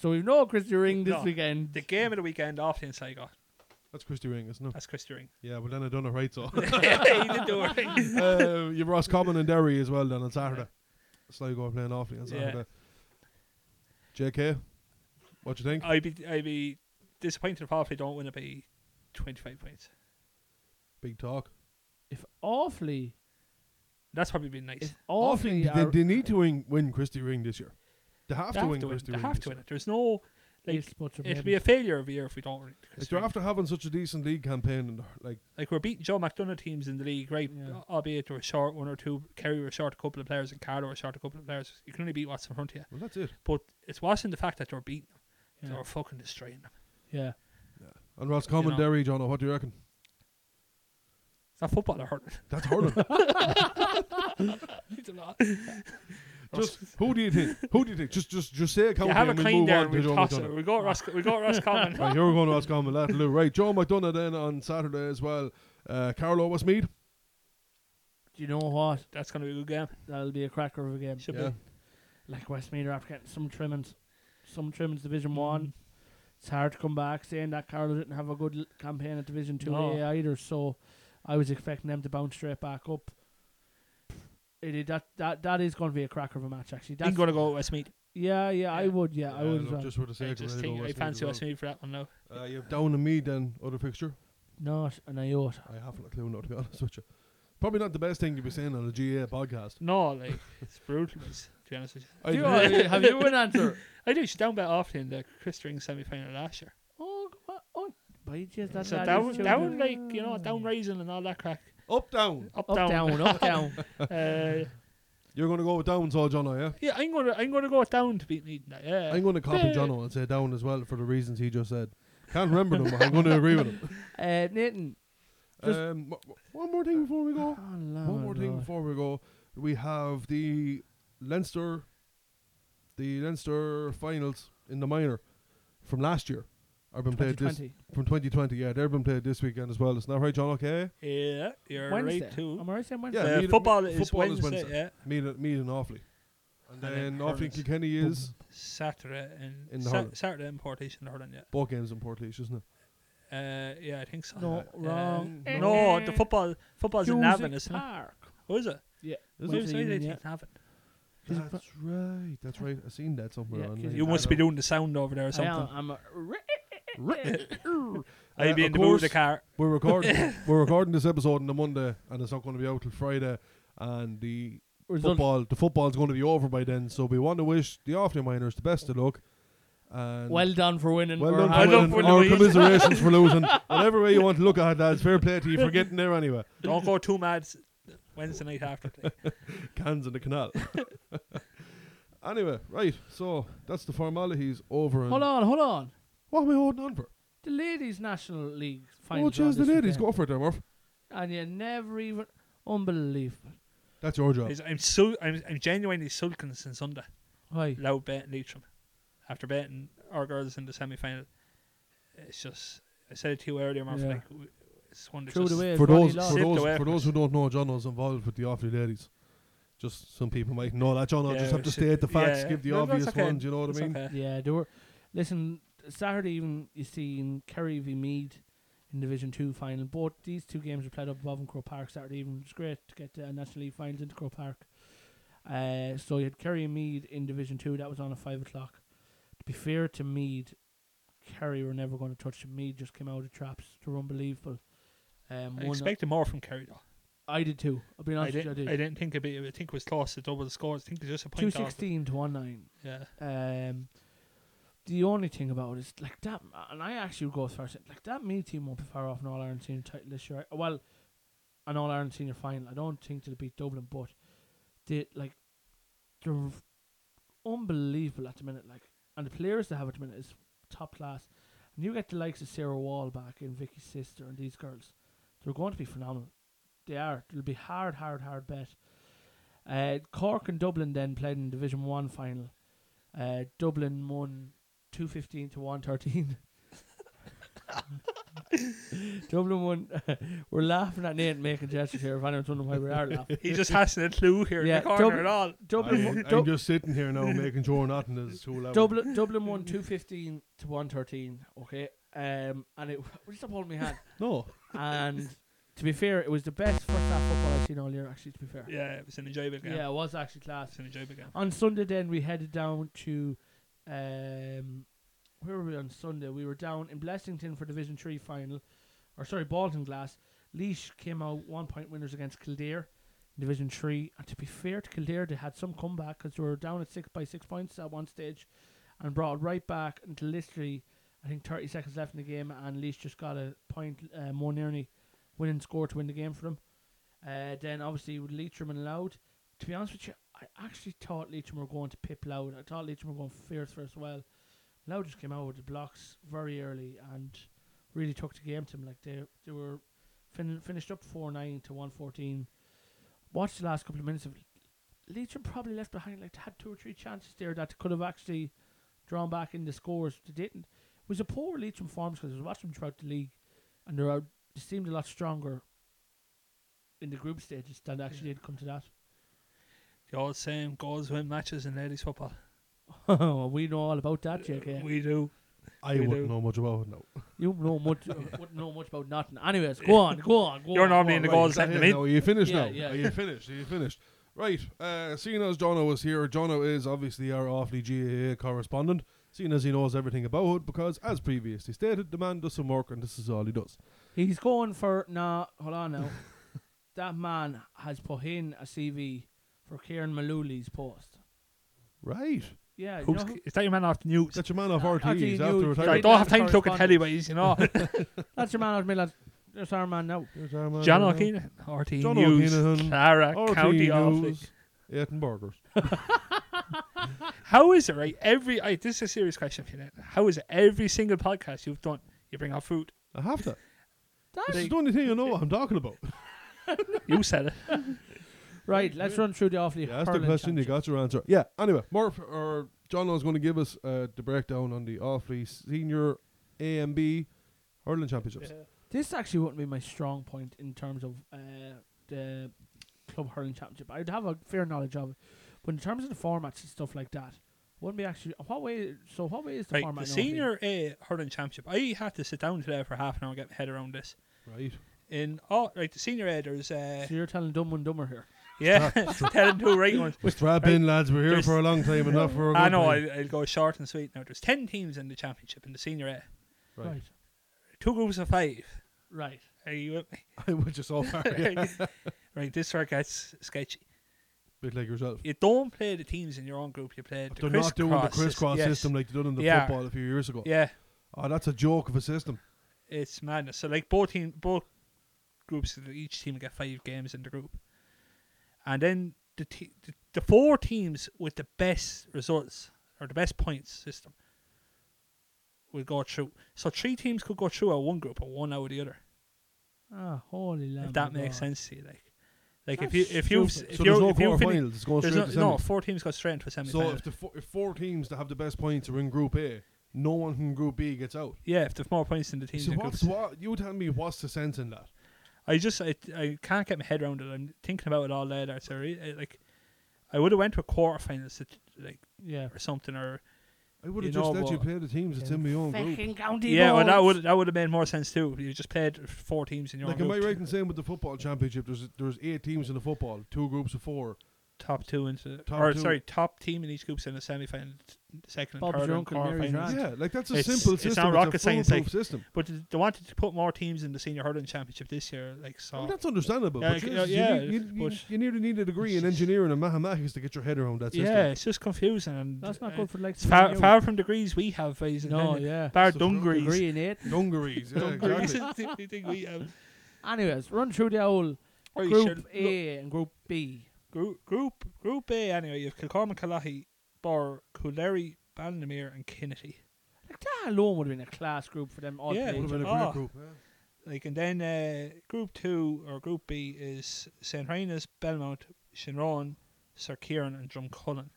S3: So we've no Christy Ring this
S5: No.
S3: weekend.
S5: The game of the weekend off in Saigon.
S4: That's Christie Ring, isn't it?
S5: That's Chris
S4: <laughs>
S5: Turing.
S4: Yeah, well, then I done it right, <laughs> so.
S5: <laughs> he did do it right.
S4: uh, you've Ross Common and Derry as well then on Saturday. Sligo are playing Offaly on
S5: Yeah.
S4: Saturday. JK, what you think?
S5: I'd be I'd be disappointed if Halfley don't win it by twenty five points.
S4: Big talk.
S3: if awfully,
S5: That's probably been nice.
S3: if awfully,
S4: they,
S3: are-
S4: they need to win, win Christie Ring this year. They have to
S5: They have
S4: win
S5: to win.
S4: Christie
S5: They
S4: Ring.
S5: have
S4: this
S5: to
S4: year.
S5: win it. There's no
S3: if
S5: like
S3: Spurs are
S5: it'll
S3: maybe-
S5: be a failure of a year if we don't win it.
S4: Like, they're after having such a decent league campaign, and like
S5: Like we're beating Joe McDonough teams in the league, right?
S3: Yeah.
S5: Albeit they were short one or two. Kerry were short a couple of players, and Carlo were short a couple of players. You can only beat what's in front of you.
S4: well, that's it.
S5: But it wasn't the fact that they were beating them; they
S3: yeah,
S5: were fucking destroying them.
S3: yeah.
S4: And Ross Common,
S5: know.
S4: Derry, John, what do you reckon?
S5: Is that football or hurling?
S4: That's hurling.
S5: <laughs>
S4: Just who do you think? Who do you think? Just just just say a
S5: You
S4: county
S5: have a
S4: and we
S5: clean
S4: move
S5: there
S4: on
S5: and
S4: to
S5: we
S4: Joe
S5: toss it.
S4: McDonough.
S5: We got Ros- we got
S4: <laughs>
S5: Roscommon.
S4: Right, you're going to ask on that, Lou. Right, Joe McDonough then on Saturday as well. Uh, Carlo Westmead.
S3: Do you know what?
S5: That's gonna be a good game.
S3: That'll be a cracker of a game.
S5: Should
S4: Yeah.
S5: be.
S3: Like Westmead are after getting some trimmings, some trimmings Division One. It's hard to come back saying that Carlo didn't have a good l- campaign at Division Two
S5: No.
S3: A either. So I was expecting them to bounce straight back up. It, is- that that that is going to be a cracker of a match actually.
S5: I'm
S3: That's,
S5: gonna go Westmead.
S3: yeah, yeah, I
S5: Yeah.
S3: would. Yeah, I would.
S4: Yeah,
S3: as
S4: look,
S3: well.
S4: just for the sake
S5: I
S4: of
S5: just
S4: it, I'll
S5: think
S4: go
S5: I
S4: Westmead
S5: fancy
S4: as well.
S5: Westmead for that one now.
S4: Uh, you have down and me then other fixture.
S3: Not an iota.
S4: I haven't a clue now to be honest with you. Probably not the best thing you'd be saying on a GA podcast.
S5: No, like it's brutal. Guys, to be honest with you,
S4: I
S3: Do you,
S4: agree.
S3: have
S4: <laughs>
S3: you- have you an answer?
S5: I do. She's down by Offaly in the Chris Ring semi-final last year.
S3: Oh, go on. oh, by just that.
S5: So
S3: lad
S5: down,
S3: is
S5: down,
S3: children.
S5: like you know, down raising and all that crack.
S4: Up down.
S5: Up,
S3: up,
S5: down.
S3: down, up, down.
S5: Uh,
S4: You're going to go with downs all Jono, yeah?
S5: yeah, I'm gonna, I'm gonna go down to beat Leeds. now, Yeah,
S4: I'm going to copy Jono and say down as well for the reasons he just said. Can't remember them, but I'm going to agree with him.
S3: Uh, Nathan. Just-
S4: Um, wh- wh- one more thing before we go.
S3: Oh,
S4: One more thing
S3: Lord.
S4: before we go. We have the Leinster, the Leinster finals in the minor from last year. Are been played this
S3: 2020.
S4: from 2020. Yeah, they've been played this weekend as well. Isn't that right, John? Okay.
S5: yeah, you're
S3: Wednesday.
S5: right too.
S3: Am I right saying Wednesday?
S4: Yeah,
S5: Uh,
S4: meet-
S5: football,
S4: meet-
S5: is,
S4: football is
S5: Wednesday,
S4: Wednesday.
S5: Yeah,
S4: Mead and Mead and Offaly, and
S5: And
S4: then
S5: then
S4: Offaly and
S5: Hurlings.
S4: Kilkenny is
S5: Saturday and
S4: In the
S5: Sa-
S4: Hurling.
S5: Saturday in Portage in the Hurling, Yeah,
S4: both games in Portlaoise, isn't it?
S5: uh, yeah, I think so.
S3: No,
S5: Uh,
S3: wrong.
S5: No, the football, football's in Navan, isn't it?
S3: Park.
S5: What is it?
S3: Yeah.
S4: Is
S5: Wednesday
S3: Wednesday
S5: evening,
S3: evening,
S5: it's Navan.
S3: Is it
S4: That's right. That's right. I seen that somewhere.
S3: Yeah,
S4: on
S3: 'cause
S4: the-
S5: You must be doing the sound over there or
S3: I am,
S5: something.
S3: I'm a re-
S5: I'd be
S4: Uh,
S5: in
S4: of
S5: the boot of the
S4: course,
S5: car.
S4: <laughs> We're recording. we're recording this episode on the Monday, and it's not going to be out till Friday. And the
S3: result.
S4: football, the football's going to be over by then. So we want to wish the Offaly Miners the best of luck. And
S3: Well done for winning.
S4: well
S3: or
S4: done
S3: how-
S5: Well
S4: for winning,
S5: for
S4: or
S5: Louise.
S4: commiserations for
S5: <laughs>
S4: losing. Whatever way you want to look at it, lads. Fair play to you for getting there anyway.
S5: Don't go too mad. s- Wednesday night after.
S3: <laughs>
S4: Cans in the
S5: <laughs>
S4: canal. <laughs> anyway, right. So that's the formalities over. And
S3: Hold on, hold on.
S4: What are we holding on for?
S3: The ladies' national league final.
S4: Oh, cheers, the ladies. Go for it, there, Murph.
S3: And you never even unbelievable.
S4: That's your job.
S5: Is- I'm so I'm, I'm genuinely sulking since Sunday.
S3: Why?
S5: Loud betting Leitrim after betting our girls in the semi final. It's just I said it to you earlier, Mark.
S3: Yeah.
S5: Like w- it's one that
S3: Threw it
S5: just-
S3: away.
S4: for
S3: Ronnie
S4: those
S3: lost.
S4: for
S5: Sipped
S4: those
S5: away
S4: for
S5: from
S4: those
S5: us.
S4: who don't know, John was involved with the Offaly ladies. Just some people might know that. John, I
S5: Yeah,
S4: just have to
S5: it's-
S4: state the facts,
S5: yeah.
S4: give the
S5: No, that's
S4: obvious
S5: okay.
S4: ones. You know what I
S5: It's
S4: mean?
S5: okay.
S3: Yeah, they were. Listen, Saturday evening, you see in Kerry v Mead in Division Two final. Both these two games were played up above in Crow Park Saturday evening. It's great to get the National League finals into Crow Park. Uh, so you had Kerry and Mead in Division Two. That was on at five o'clock. To be fair to Mead, Kerry were never going to touch them. Mead just came out of traps. They were unbelievable. Um,
S5: I
S3: one-
S5: expected more from Kerry though.
S3: I did too. I'll be
S5: I
S3: honest with you, I
S5: didn't,
S3: did.
S5: I didn't think it'd be, I think it was close to double the scores. I think it's just a
S3: Two
S5: point off.
S3: sixteen to one nine.
S5: Yeah.
S3: Um, the only thing about it is like that, and I actually would go as far as saying, like that. Me team won't be far off an All Ireland senior title this year. I- Well, an All Ireland senior final. I don't think they'll beat Dublin, but they like they're unbelievable at the minute. Like, and the players they have at the minute is top class. And you get the likes of Sarah Wall back and Vicky's sister and these girls. They're going to be phenomenal. They are. It'll be hard, hard, hard bet. Uh, Cork and Dublin then played in Division One final. Uh, Dublin won two fifteen to one thirteen. Dublin won. <laughs> we're laughing at Nate making gestures here. If anyone's wondering why we are laughing,
S5: He just hasn't a clue here
S3: Yeah,
S5: in the corner
S3: double-
S5: at all.
S3: Dublin.
S4: I'm,
S3: won-
S4: I'm
S3: Dub-
S4: just sitting here now making sure nothing is too loud.
S3: Dublin Dublin won two fifteen to one thirteen. Okay, um, and it <laughs> just stop holding my hand.
S4: No,
S3: And to be fair, it was the best first half football I've seen all year. Actually, to be fair,
S5: Yeah, it was an enjoyable game.
S3: yeah, it was actually class.
S5: It's an enjoyable game.
S3: On Sunday, then we headed down to, um, where were we on Sunday? We were down in Blessington for Division Three final, or sorry, Balton Glass. Leash came out one point winners against Kildare, in Division Three. And to be fair to Kildare, they had some comeback because they were down at six by six points at one stage, and brought it right back until literally, I think thirty seconds left in the game, and Leash just got a point uh, more nearly, winning score to win the game for them. Uh, then obviously with Leitrim and Loud. To be honest with you, I actually thought Leitrim were going to pip Loud. I thought Leitrim were going fierce for as well. Loud just came out with the blocks very early and really took the game to them. Like they they were fin- finished up four nine to one fourteen. Watched the last couple of minutes of Leitrim probably left behind like had two or three chances there that could have actually drawn back in the scores. They didn't. It was a poor Leitrim form because I was watching them throughout the league, and they're out, they seemed a lot stronger in the group stages than they actually did come to that.
S5: The old saying, goals win matches in ladies football.
S3: <laughs> we know all about that, JK.
S5: Uh, We do.
S4: I
S5: We
S4: wouldn't
S5: do.
S4: know much about it. No,
S3: you know much,
S5: <laughs>
S3: wouldn't know much about nothing. Anyways, go on, go on, go
S5: You're
S3: on.
S5: normally
S3: go
S5: in the
S3: on, right.
S5: goals at the mid.
S4: no, are you finished
S3: Yeah,
S4: now?
S3: yeah,
S4: Are you finished? Are you finished? Right. Uh, seeing as Jono is here, Jono is obviously our awfully GAA correspondent. Seeing as he knows everything about it, because as previously stated, the man does some work, and this is all he does.
S3: He's going for nah. Hold on now. <laughs> that man has put in a CV for Kieran Malouli's post.
S4: Right.
S3: Yeah, you
S5: Who's,
S3: know who-
S5: is that your man off the news?
S4: That's your man off
S3: Uh,
S4: RT. He's
S3: RTE News.
S4: after
S5: I
S3: Sorry,
S4: retirement.
S5: don't
S3: that's
S5: have time to look at telly, but he's, you know,
S3: that's your man out of Milan. That's our man now.
S4: There's our man
S5: <laughs> John
S4: now.
S5: O'Keenan, RT
S4: John
S5: News,
S4: O'Keenan,
S5: Clara,
S4: RT
S5: County Offaly.
S4: News. Eating burgers.
S5: How is it, right? Every I, this is a serious question for you. Now. How is it every single podcast you've done, you bring out food?
S4: I have to. This
S3: That's
S4: is the only thing I know what I'm talking about.
S5: <laughs> You said it.
S3: right. Let's run through the awfully.
S4: Yeah, that's the question. You got your answer. Yeah. Anyway, Murph or John is going to give us uh, the breakdown on the Offaly Senior A and B hurling championships.
S3: This actually wouldn't be my strong point in terms of uh, the club hurling championship. I'd have a fair knowledge of it, but in terms of the formats and stuff like that, wouldn't be actually. What way? So what way is the
S5: Right,
S3: format?
S5: the
S3: normally?
S5: senior A hurling championship. I had to sit down today for half an hour and get my head around this.
S4: Right. <laughs>
S5: In all right, the senior A there's <laughs> uh,
S3: So you're telling Dumb and Dumber here.
S5: yeah, <laughs> telling two right ones.
S4: Strap in, lads. We're here
S5: There's-
S4: for a long time, and not for a good
S5: I know
S4: time.
S5: I'll, I'll go short and sweet. Now there's ten teams in the championship in the senior A.
S4: Right.
S5: Two groups of five.
S3: Right.
S5: Are you with me?
S4: I <laughs> went just so
S5: <laughs>
S4: far. Yeah.
S5: right, this where it gets sketchy.
S4: Bit like yourself.
S5: You don't play the teams in your own group. You play the
S4: They're not doing the
S5: crisscross
S4: crisscross
S5: yes.
S4: system like they did in the
S5: Yeah.
S4: football a few years ago.
S5: Yeah,
S4: Oh, that's a joke of a system.
S5: it's madness. So like both team, both groups, each team get five games in the group, and then the te- the, the four teams with the best results or the best points system will go through. So three teams could go through out of one group or one out of the other.
S3: Ah, holy lamb.
S5: if
S3: of
S5: that makes
S3: God.
S5: sense to you, like, like if you
S3: That's
S5: if you
S3: stupid.
S5: if
S4: so
S5: you
S4: there's no
S5: if you
S4: quarter
S5: finish,
S4: finals. It's going
S5: there's
S4: straight
S5: no,
S4: to
S5: no
S4: semi.
S5: four teams go straight into a semi
S4: so if the four, if four teams that have the best points are in Group A, no one from Group B gets out.
S5: yeah, if there's more points than the teams
S4: So
S5: in
S4: what's
S5: groups.
S4: what? You tell me what's the sense in that?
S5: I just I, I can't get my head around it. I'm thinking about it all later. So re- I, like, I would have went to a quarterfinals to, like
S3: Yeah.
S5: or something or
S4: I would
S5: You
S4: have just
S5: know
S4: let you
S5: what?
S4: play the teams that's in my own group.
S3: county.
S5: yeah. Well, that would that would have made more sense too. You just played four teams in your
S4: Like,
S5: own
S4: am I
S5: group,
S4: right in saying with the football championship, there's there's eight teams in the football, two groups of four.
S5: top two into
S4: Top
S5: or
S4: two.
S5: sorry top team in each group's in the semi final, second
S3: Bob's your
S5: and third and
S3: uncle, Mary's
S5: quarterfinals.
S3: right.
S4: Yeah, like that's a
S5: It's-
S4: simple
S5: it's
S4: system.
S5: not rocket
S4: it's a
S5: science,
S4: foolproof
S5: like-
S4: system.
S5: But th- they wanted to put more teams in the senior hurling championship this year. Like so,
S4: I mean, that's understandable.
S5: Yeah,
S4: but
S5: like,
S4: Jesus,
S5: uh, yeah,
S4: you, need, you, you,
S5: but-
S4: you nearly need a degree in engineering and mathematics to get your head around that system.
S5: yeah, it's just confusing. And
S3: That's not
S5: uh,
S3: good for like.
S5: It's far, far from degrees we have, guys.
S3: No, yeah.
S5: Bar
S4: So
S5: Dungarees.
S3: Agree in it.
S4: Dungarees. Yeah, exactly.
S5: <laughs> They think we have.
S3: Anyways, run through the old
S5: Right,
S3: group
S5: shall- look,
S3: A and group B.
S5: Group, group, group A, anyway, you have Kilcorman, Calahi, Bor, Kuleri, Ballinamere, and Kinnity.
S3: Like that alone Ah, would have been a class group for them. All
S5: Yeah,
S4: Would have been a
S5: Ah.
S4: great group. yeah.
S5: Like, and then uh, Group 2 or Group B is St. Helens, Belmont, Shinron, Sir Kieran, and Drumcullen.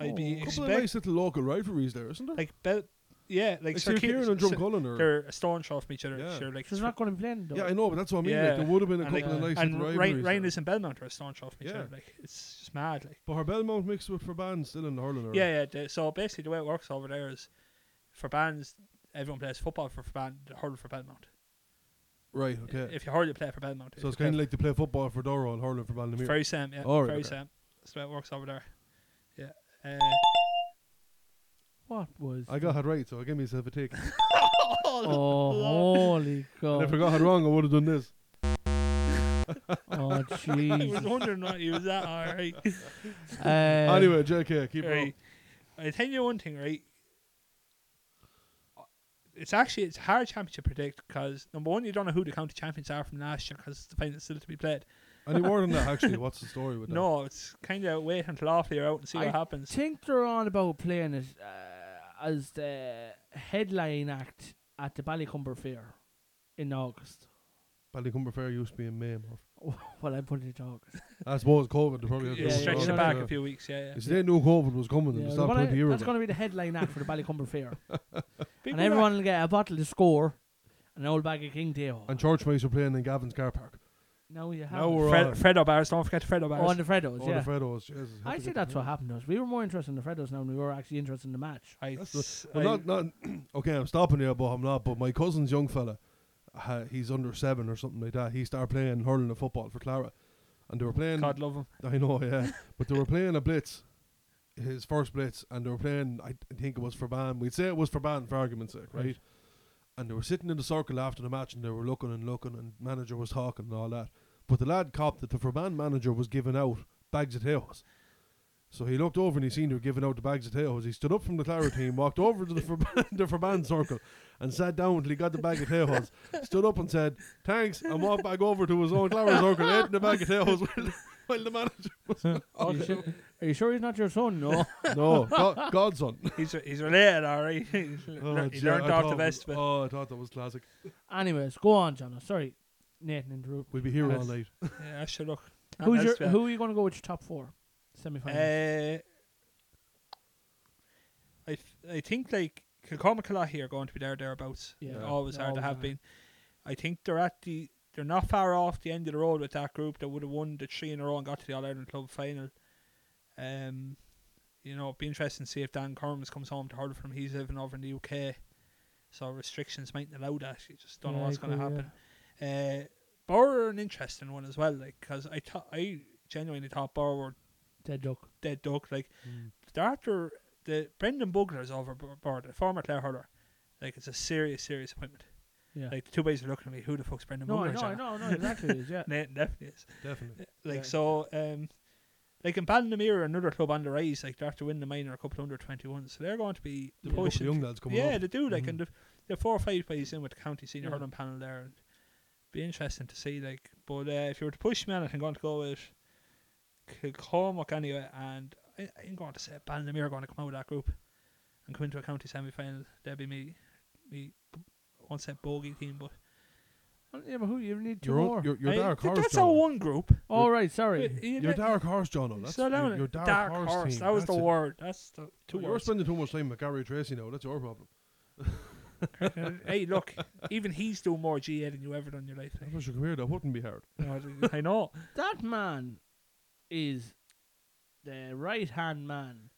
S5: I'd be
S4: Oh, A couple of nice
S5: expect
S4: little local rivalries there, isn't there?
S5: like Bel, yeah, like,
S4: Like
S5: Sir
S4: Sir Kieran and John
S5: Sir-
S4: Cullen are.
S5: They're a stone throw from each other.
S4: Yeah.
S5: Sure, like
S3: She's
S5: thr-
S3: not going to be playing though.
S4: Yeah, I know, but that's what I mean. Like,
S5: Yeah.
S4: there would have been a
S5: and
S4: couple
S5: like,
S4: of nice
S5: and
S4: little
S5: Rain,
S4: rivalries. there.
S5: Rainers and Belmont are a stone throw from each
S4: Yeah.
S5: other. Like it's just mad. Like
S4: But her Belmont mixed with Brabant still in the hurling area.
S5: Yeah, yeah. the- so basically, the way it works over there is for bands, everyone plays football for band, hurl for Belmont.
S4: Right, okay.
S5: If you hurl, you play for Belmont.
S4: so it's kind of like to play football for Doro and hurling for Ballinamere.
S5: very same, yeah,
S4: All right,
S5: very
S4: okay.
S5: same. That's the way it works over there. Yeah. Uh,
S3: What was?
S4: I got it right, so I gave myself
S3: <laughs>
S4: a take.
S3: Oh, holy
S4: and if I
S3: God!
S4: got it wrong, I would have done this.
S3: oh,
S4: <laughs>
S5: Uh, <laughs> I was
S3: jeez.
S5: wondering what he was at. All right.
S3: Um,
S4: anyway, JK, keep it
S5: right.
S4: up.
S5: I tell you one thing, right? Uh, It's actually it's a hard championship to predict because number one, you don't know who the county champions are from last year because the final still to be played.
S4: Any more than that, actually? What's the story
S3: uh,
S4: with that?
S5: No, it's kind of wait until after you're out and see
S3: I
S5: what happens.
S3: think they're on about playing it uh, as the headline act at the Ballycumber Fair in August.
S4: Ballycumber Fair used to be in May. Murph.
S3: Well, I put it in August.
S4: I suppose COVID, they probably had to
S5: yeah,
S3: yeah,
S5: stretch
S3: yeah.
S5: it back
S4: Yeah.
S5: a few weeks. Yeah,
S4: If
S5: yeah.
S4: they knew COVID was coming,
S3: Yeah,
S4: they'd
S3: but
S4: stop
S3: I-
S4: 20 euros.
S3: that's going to be the headline act for the Ballycumber
S4: <laughs>
S3: Fair.
S5: People
S3: and
S5: are-
S3: everyone will get a bottle of score, an old bag of King Teo.
S4: And church mice were playing in Gavin's car park.
S3: no, you have.
S4: Now we're
S5: Fred,
S4: on.
S5: Fred O'Barris, don't forget Fred O'Barris.
S3: oh, and the Freddos,
S4: All
S3: yeah.
S4: the Freddos. Jesus,
S3: I
S4: have
S3: think
S4: to get
S3: that's
S4: the-
S3: what happened to us. We were more interested in the Freddos now than we were actually interested in the match.
S5: I,
S4: That's
S5: s-
S4: Well,
S5: I-
S4: not, not <clears throat> okay. I'm stopping here, but I'm not. But my cousin's young fella, uh, he's under seven or something like that. He started playing hurling and football for Clara, and they were playing.
S5: God love him.
S4: <laughs> I know, yeah, but they were playing a blitz, his first blitz, and they were playing. I think it was for ban. We'd say it was for ban for argument's sake, right?
S3: Right.
S4: And they were sitting in the circle after the match, and they were looking and looking, and manager was talking and all that. But the lad copped that the Verban manager was giving out bags of tails. So he looked over and he seen they were giving out the bags of tails. He stood up from the Clara team, walked over to the Verban, <laughs> the Verban circle, and sat down until he got the bag of tails. stood up and said, "Thanks," and walked back over to his own Clara circle, ate the bag of tails <laughs> while, while the manager was
S3: Are you, sure, are you sure he's not your son?
S4: <laughs>
S3: No.
S4: no God,
S5: <laughs>
S4: godson.
S5: He's, he's related, all right. <laughs> he learned
S4: Oh, gee, I
S5: off
S4: thought
S5: the
S4: it-
S5: best, but
S4: Oh, I thought that was classic.
S3: Anyways, go on, John. Sorry, Nathan interrupt.
S4: We'll be here all
S5: Yes.
S4: night.
S5: yeah, I should look.
S3: Who's your,
S5: That's fair.
S3: who are you going to go with your top four? Semi final.
S5: Uh, I, f- I think like Kilcormac Calahi are going to be there thereabouts.
S3: Yeah.
S5: They always
S3: They
S5: are. They
S3: always
S5: have
S3: are.
S5: been. I think they're at the. They're not far off the end of the road with that group that would have won the three in a row and got to the All Ireland Club final. Um, you know, it'd be interesting to see if Dan Corms comes home to hurl from. He's living over in the UK, so restrictions might allow that. You just don't know
S3: Yeah,
S5: what's
S3: I
S5: going to
S3: agree, yeah.
S5: happen. Uh, Borough are an interesting one as well, like because I thought I genuinely thought Borough were
S3: Dead duck.
S5: dead duck. Like
S4: Mm,
S5: they're after the Brendan Bugler's overboard, the former Clare hurler. Like it's a serious, serious appointment.
S3: Yeah.
S5: Like the two ways are looking at me, who the fuck's Brendan
S3: no, I
S5: Bugler?
S3: know,
S5: is
S3: I
S5: that?
S3: know, I know exactly. it is,
S5: <laughs>
S3: yeah.
S5: Nathan definitely is.
S4: Definitely.
S5: Like
S3: Yeah.
S5: so, um, like in Ballinamere, another club on the rise. Like they're after winning the minor a couple under twenty one, so they're going to be
S4: The couple of
S5: pushing.
S4: young lads coming
S5: yeah,
S4: up.
S5: they do. Like
S4: Mhm.
S5: and they've, they're four or five plays in with the county senior
S3: Yeah.
S5: hurling panel there, and be interesting to see. Like, but uh, if you were to push me on it, I'm going to go with Kilcormac anyway, and I, I'm going to say Ballinamere are going to come out of that group and come into a county semi final. That'd be me, me. I won't say bogey team, but
S3: Well, yeah, but who you need 2
S4: You're,
S3: more?
S4: on- you're, you're
S5: I-
S4: dark
S5: th-
S4: horse.
S5: that's
S4: John.
S5: all one group.
S3: All right, sorry.
S5: You
S4: You're
S5: let-
S4: dark horse, John. That's
S5: Slow down.
S4: You're, you're dark, horse. team.
S5: That was
S4: That's
S5: the
S4: it.
S5: word. That's the two
S4: Well, You're
S5: words.
S4: spending too much time with Gary Tracy now. That's your problem.
S5: <laughs> hey, look, even he's doing more GA than you ever done in your life.
S4: If I should come here, that wouldn't be hard.
S5: Like. <laughs> I know.
S3: That man is the right hand man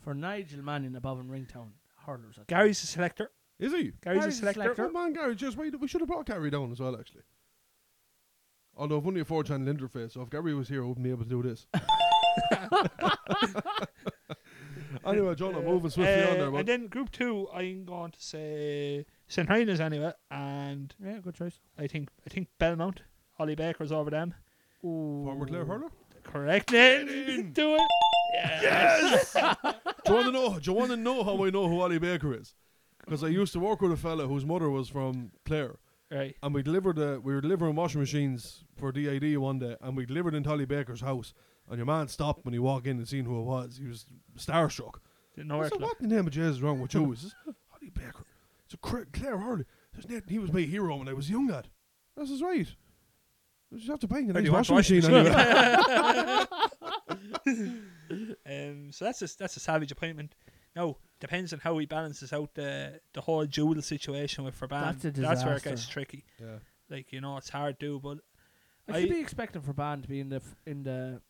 S3: for Nigel Mannion above in Ringtown hurlers. at the
S5: Gary's a selector.
S4: Is he?
S5: Gary's,
S3: Gary's
S5: a
S3: a
S5: selector.
S3: selector.
S4: Oh man, Gary, just wait. We should have brought Gary down as well, actually. Although I've only a four-channel interface, so if Gary was here, I wouldn't be able to do
S5: <laughs>
S4: this. anyway, John, I'm moving swiftly on
S5: Uh,
S4: there.
S5: and
S4: But
S5: then group two, I'm going to say St. Helens anyway, and
S3: moment. Yeah, good choice.
S5: I think I think Belmont. Ollie Baker's over them.
S4: former Clare
S5: <laughs>
S4: hurler.
S5: Correct. Nathan. Do it.
S4: Do you want to know? Do you want to know how I know who Ollie Baker is? Because I used to work with a fella whose mother was from Clare,
S5: Right.
S4: and we delivered. uh we were delivering washing machines for DID one day, and we delivered into Ollie Baker's house. And your man stopped when he walked in and seen who it was. He was starstruck.
S5: Didn't know where
S4: I
S5: to
S4: said,
S5: look.
S4: "What in the name of Jesus is wrong with you?" He says, "Holly Baker." It's a Claire Harley. He says, "Nathan, he was my hero when I was a young lad." This is right. You just have to bang a nice
S5: you want
S4: washing
S5: washing
S4: machine anyway.
S5: Um, so that's a that's a savage appointment. No, depends on how he balances out the the whole dual situation with Verban.
S3: That's a
S5: where it
S3: disaster.
S5: gets tricky. <laughs>
S4: yeah.
S5: Like you know, it's hard to do, but
S3: I should
S5: I-
S3: be expecting for Band to be in the f- in the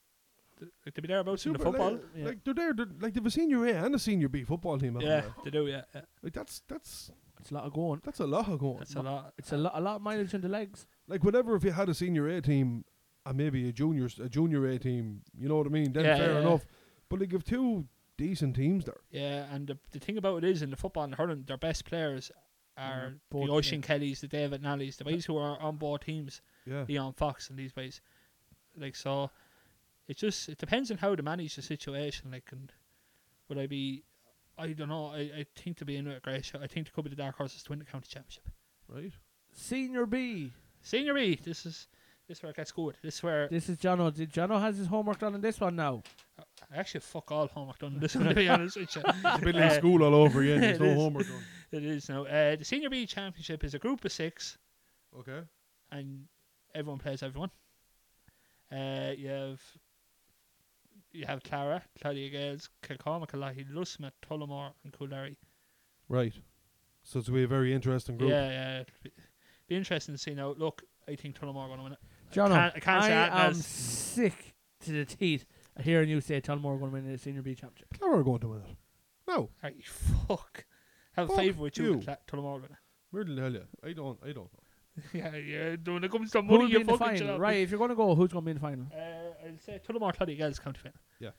S5: th- like, to be thereabouts in the
S4: Super,
S5: football.
S4: Like,
S3: yeah.
S4: like, they're there. They're, like they've a senior A and a senior B football team. haven't
S5: yeah,
S4: they?
S5: they do. Yeah, yeah.
S4: Like that's that's
S3: it's a lot of going.
S4: that's a lot of going.
S5: that's a lot.
S3: It's a lot a lot of mileage in the legs.
S4: like whenever if you had a senior A team and maybe a junior a junior A team, you know what I mean? Then
S5: Yeah,
S4: fair
S5: yeah, yeah.
S4: enough. But like if two decent teams there.
S5: Yeah, and the, the thing about it is in the football and hurling, their best players are
S3: both,
S5: the Ocean
S3: yeah.
S5: Kellys, the David Nallys, the guys who are on board teams,
S4: Yeah.
S5: Leon Fox, and these guys. Like so, it just it depends on how to manage the situation. Like, and would I be? I don't know. I, I think to be in with a great shot. I think there could be the dark horses to win the county championship. <laughs>
S4: Right.
S3: Senior B.
S5: Senior E, this is this is where it gets good. This is where
S3: This is Jono. Did Jono has his homework done in this one now?
S5: I actually fuck all homework done. in This one, to be honest with you.
S4: It's been in
S5: Uh,
S4: school all over again. There's
S5: <laughs> it
S4: no
S5: is.
S4: homework done.
S5: It is now. Uh, the Senior B Championship is a group of six,
S4: Okay.
S5: and everyone plays everyone. Uh, you have you have Clara, Claudia Gales, Kilcormac, Lahey, Lusma, Tullamore, and Coolary.
S4: Right. So it's going to be a very interesting group.
S5: Yeah, yeah. it'd Be, be interesting to see now. Look, I think Tullamore going to win it.
S3: John, I,
S5: can't- I can't say that
S3: am
S5: as-
S3: sick to the teeth at hearing you say Tullamore going to win the Senior B Championship.
S4: Clara are going to win it. No,
S5: Right, fuck. Have a
S4: Fuck
S5: favour with you,
S4: you.
S5: Cla- Tullamore
S3: <laughs>
S5: win it. <laughs>
S4: where the hell you? I don't. I don't know.
S5: yeah, yeah. When it comes to
S3: Who'll
S5: money,
S3: be
S5: you
S3: in the
S5: fucking
S3: final?
S5: shut
S3: Right, if you're going to go, who's going to be in the final?
S5: Uh, I'll say Tullamore, Claudia Gales, county final.
S4: Yeah.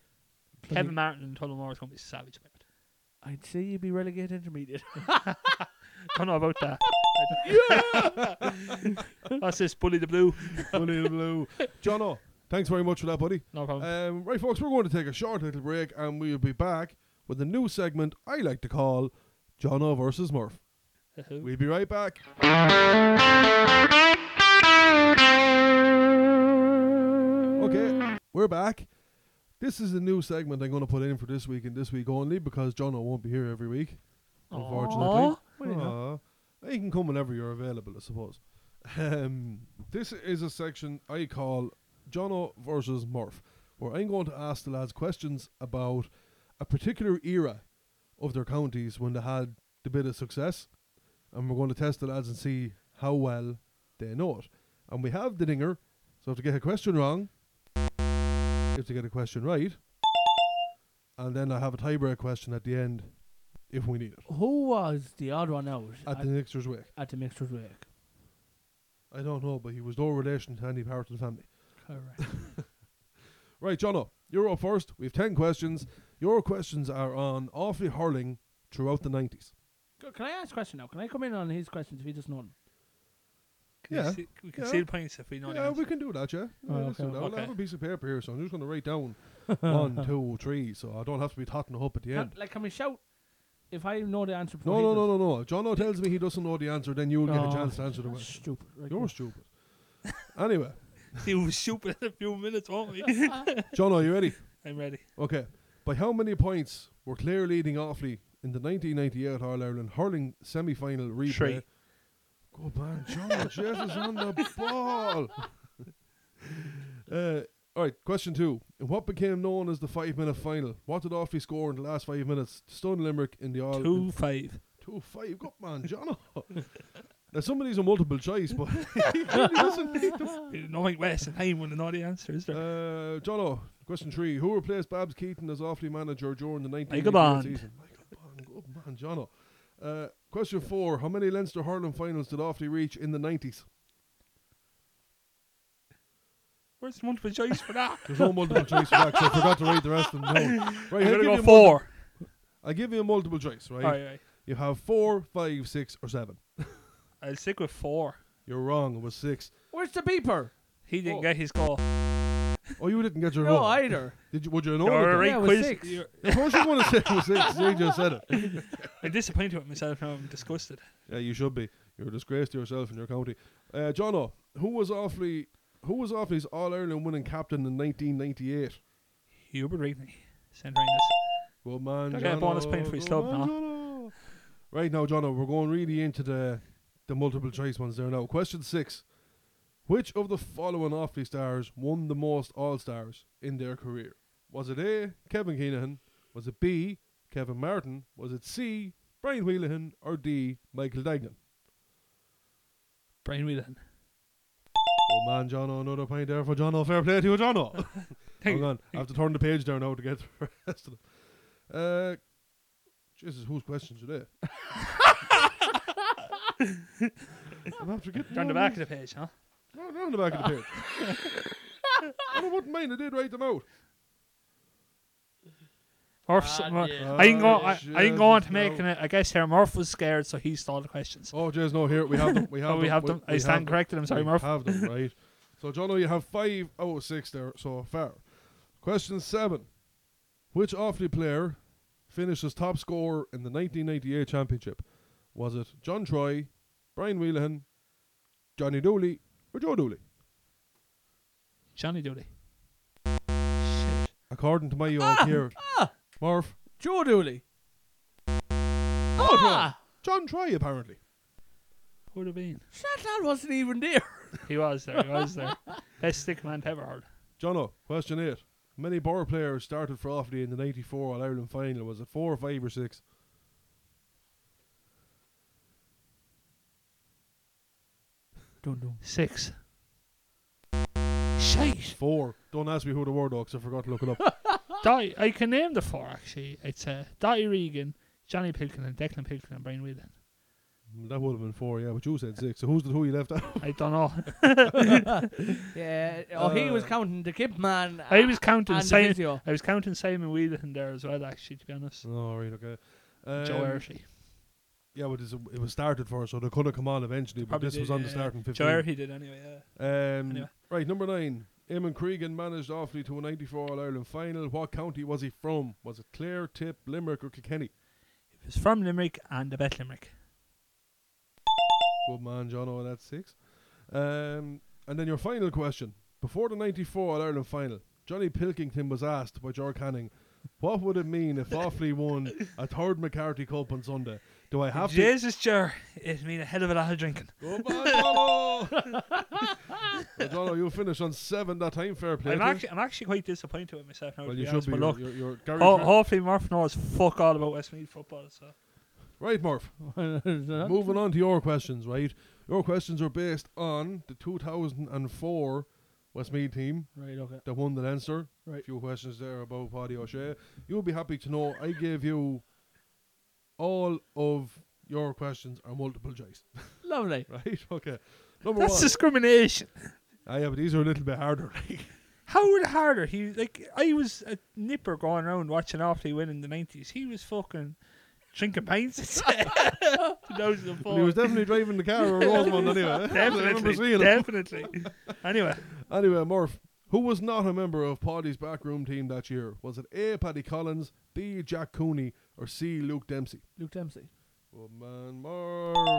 S5: Kevin Martin and Tullamore is going to be savage about it.
S3: I'd say you'd be relegated intermediate. <laughs>
S5: Don't know about that. I <laughs> don't- That's this bully the blue.
S4: Bully the blue. Jono, thanks very much for that, buddy.
S5: No problem.
S4: Um, right, folks, we're going to take a short little break, and we'll be back with a new segment I like to call Jono versus Murph.
S5: Uh-huh.
S4: We'll be right back. Okay, we're back. This is a new segment I'm going to put in for this week and this week only because Jono won't be here every week, unfortunately.
S5: Aw.
S3: Well, you
S4: Aw. He can come whenever you're available, I suppose. Um, this is a section I call Jono versus Murph, where I'm going to ask the lads questions about a particular era of their counties when they had the bit of success, and we're going to test the lads and see how well they know it. And we have the dinger, so if they get a question wrong, if they get a question right, and then I have a tiebreak question at the end if we need it
S3: Who was the odd one out
S4: at the next year's wake.
S3: at the Mixers Wake?
S4: I don't know, but he was no relation to any part of the family.
S3: Correct.
S4: Right, Jono, you're up first. We have 10 questions. Your questions are on awfully hurling throughout the 90s.
S3: C- Can I ask a question now? Can I come in on his questions if he doesn't know them?
S5: Can we
S4: yeah,
S5: see- we can
S4: yeah.
S5: see the points if we know the
S4: yeah, we
S5: answer.
S4: can do that, yeah. yeah
S3: Oh,
S4: let's
S3: okay.
S4: do that. I'll
S5: Okay.
S4: have a piece of paper here, so I'm just going to write
S3: <laughs>
S4: down one, two, three, so I don't have to be totting up at the
S3: Can-
S4: end.
S3: like, can we shout if I know the answer? before
S4: No,
S3: he
S4: no,
S3: does?
S4: no, no, no. Jono tells me he doesn't know the answer, then you'll get
S3: Oh,
S4: a chance to answer the
S3: That's
S4: question.
S3: stupid. Right,
S4: You're
S3: go.
S4: stupid. anyway,
S5: See, <laughs> we'll shoot in a few minutes, won't we?
S4: Jono,
S3: <laughs>
S4: you ready?
S5: <laughs> I'm ready.
S4: Okay. By how many points were Clare leading awfully in the 1998 All Ireland hurling semi final replay?
S5: Three.
S4: Good man, John. Jesus on
S5: <laughs>
S4: the ball. Uh, all right, question two. In what became known as the five minute final, what did Offaly score in the last five minutes to stun Limerick in the All
S5: Two five.
S4: Two five. Good man, John. <laughs> now, some of these are multiple choice, but <laughs> he really doesn't need them.
S5: Knowing West and Haim wouldn't know the answer, is there?
S4: Uh, Jono, question three. Who replaced Babs Keaton as Offaly manager during the 19
S5: Michael Bond.
S4: season? Michael Bond. Good man, Jono. Uh, question four. How many Leinster Hurling finals did Offaly reach in the 90s?
S5: Where's the multiple choice
S4: <laughs>
S5: for that?
S4: There's no
S5: <laughs>
S4: multiple choice for that, 'cause I forgot to read the rest of them down. Right,
S5: I'm
S4: I'll
S5: gonna
S4: give, you
S5: go
S4: a mul-
S5: four. Oh,
S4: I'll give you a multiple choice, right?
S5: All right, all right.
S4: You have four, five, six, or seven.
S5: I'll stick with four.
S4: You're wrong. It was six.
S3: Where's the beeper?
S5: He didn't
S4: Oh.
S5: get his goal.
S4: Oh, you didn't get your
S3: No,
S4: wrong.
S3: either.
S4: Did you? Would you know?
S5: You're a
S4: it
S5: right
S3: Yeah, it was
S5: quiz.
S3: six.
S5: You're-
S4: though? Of course, you want to say it was
S5: <laughs>
S4: six. You just said it.
S5: I'm disappointed with myself now. I'm disgusted.
S4: Yeah, you should be. You're a disgrace to yourself and your county. Uh, Jono, who was awfully who was Offaly's All Ireland winning captain in 1998?
S5: Hubert Rigney. Send Rangers.
S4: Well, man,
S5: Don't get a
S4: Jono,
S5: bonus point for his
S4: good
S5: club
S4: man, Jono. Right now, Jono, we're going really into the the multiple choice ones there now. Question six: Which of the following Offaly stars won the most All Stars in their career? Was it A. Kevin Keenan? Was it B. Kevin Martin? Was it C. Brian Whelan? Or D. Michael Dagnan?
S5: Brian Whelan.
S4: Oh man, Jono, another point there for Jono. Fair play to you, Jono.
S5: <laughs> Thank
S4: Hang on, I have to turn the page down now to get <laughs> the rest of them. Uh, Jesus, whose questions
S5: <laughs>
S4: are they? I'm after getting
S5: Down the
S4: all
S5: back of
S4: these-
S5: the page, huh?
S4: No, not on the back of
S5: <laughs>
S4: the page. I wouldn't mind. I did write them out.
S5: Murph,
S3: Ah,
S5: Mur-
S3: yeah.
S5: I ain't go.
S4: Oh,
S5: I, I ain't go on to
S4: Jesus,
S5: making it. I guess here Murph was scared, so he stole the questions.
S4: Oh, Jesus, no. Here we have them. We have
S5: <laughs> Oh,
S4: them.
S5: we have them. I
S4: we
S5: stand
S4: have them.
S5: corrected. I'm sorry,
S4: we
S5: Murph.
S4: have them, right?
S5: <laughs>
S4: So, Jono, you have five out of six there so far. Question seven. Which Offaly player finished as top scorer in the 1998 championship? Was it John Troy, Brian Whelan, Johnny Dooley, or Joe Dooley?
S5: Johnny Dooley.
S4: According to my
S5: Ah,
S4: own here, Murph,
S3: Joe Dooley.
S4: John.
S3: Ah,
S4: John Troy, apparently.
S5: Who would have been?
S3: that lad wasn't even there.
S5: <laughs> He was there. He was there. Best stick man to ever heard.
S4: Jono, question eight. How many Borough players started for Offaly in the 94 All Ireland final? Was it four, five, or six?
S3: Don't know.
S5: Six. Shite.
S4: Four. Don't ask me who the were, though, 'cause I forgot to look it
S5: <laughs>
S4: up.
S5: Di- I can name the four actually. It's uh, Dottie Regan, Johnny Pilkin, and Declan Pilkin, and Brian Whelan.
S4: Mm, that would have been four, yeah, but you said six. So who's the who you left
S5: <laughs>
S4: out?
S5: I don't know.
S3: Yeah. Oh, he
S4: Uh,
S3: was counting the kip man.
S5: I was counting
S3: and the
S5: Simon.
S3: physio.
S5: I was counting Simon Whelan there as well. Actually, to be honest,
S4: oh, right, okay.
S5: Joe
S4: Um,
S5: Erty.
S4: Yeah, but it's, it was started for us, so they could have come on eventually, but
S5: Probably
S4: this
S5: did,
S4: was on
S5: yeah,
S4: the
S5: yeah.
S4: starting 15.
S5: Joe Erty did anyway. Yeah.
S4: Um,
S5: Anyway.
S4: Right, number nine. Eamon Cregan managed Offaly to a 94 All Ireland final. What county was he from? Was it Clare, Tip, Limerick, or Kilkenny?
S5: It was from Limerick and the Bet Limerick.
S4: Good man, John. Oh, that's six. Um, and then your final question. Before the 94 All Ireland final, Johnny Pilkington was asked by George Canning, What would it mean
S5: <laughs>
S4: if Offaly won a third McCarthy Cup on Sunday? Do I have to.
S5: Jesus, Jer, it mean a hell of a lot of drinking.
S4: Good man, Jono! <laughs> well, Jono, you finish on seven that time, fair play.
S5: I'm
S4: to you.
S5: actually, I'm actually quite disappointed with myself now.
S4: well,
S5: to
S4: you
S5: be
S4: should
S5: honest, Oh,
S4: be.
S5: but
S4: You're,
S5: look,
S4: you're, you're Gary
S5: ho-
S4: Cra-
S5: hopefully Murph knows fuck all about Westmead football. So
S4: Right, Murph.
S3: <laughs>
S4: Moving on to your questions, right? Your questions are based on the 2004 Westmead team
S3: right. Okay.
S4: that won the Leinster. A
S3: Right.
S4: few questions there about Paddy O'Shea. You'll be happy to know I gave you all of your questions are multiple choice,
S3: Lovely.
S4: <laughs> right? Okay. Number
S5: that's
S4: one.
S5: discrimination.
S4: Ah, yeah, but these are a little bit harder. <laughs>
S5: How would harder he like? I was a nipper going around watching Offaly win in the nineties. He was fucking drinking pints.
S4: <laughs>
S5: <laughs> Two thousand
S4: But
S5: and four.
S4: he was definitely driving the car around one anyway. <laughs> I remember
S5: definitely,
S4: seeing him.
S5: definitely. anyway,
S4: Anyway, Murph, who was not a member of Paddy's backroom team that year? Was it A. Paddy Collins, B. Jack Cooney, or C. Luke Dempsey?
S3: Luke Dempsey.
S4: Good man, Murph.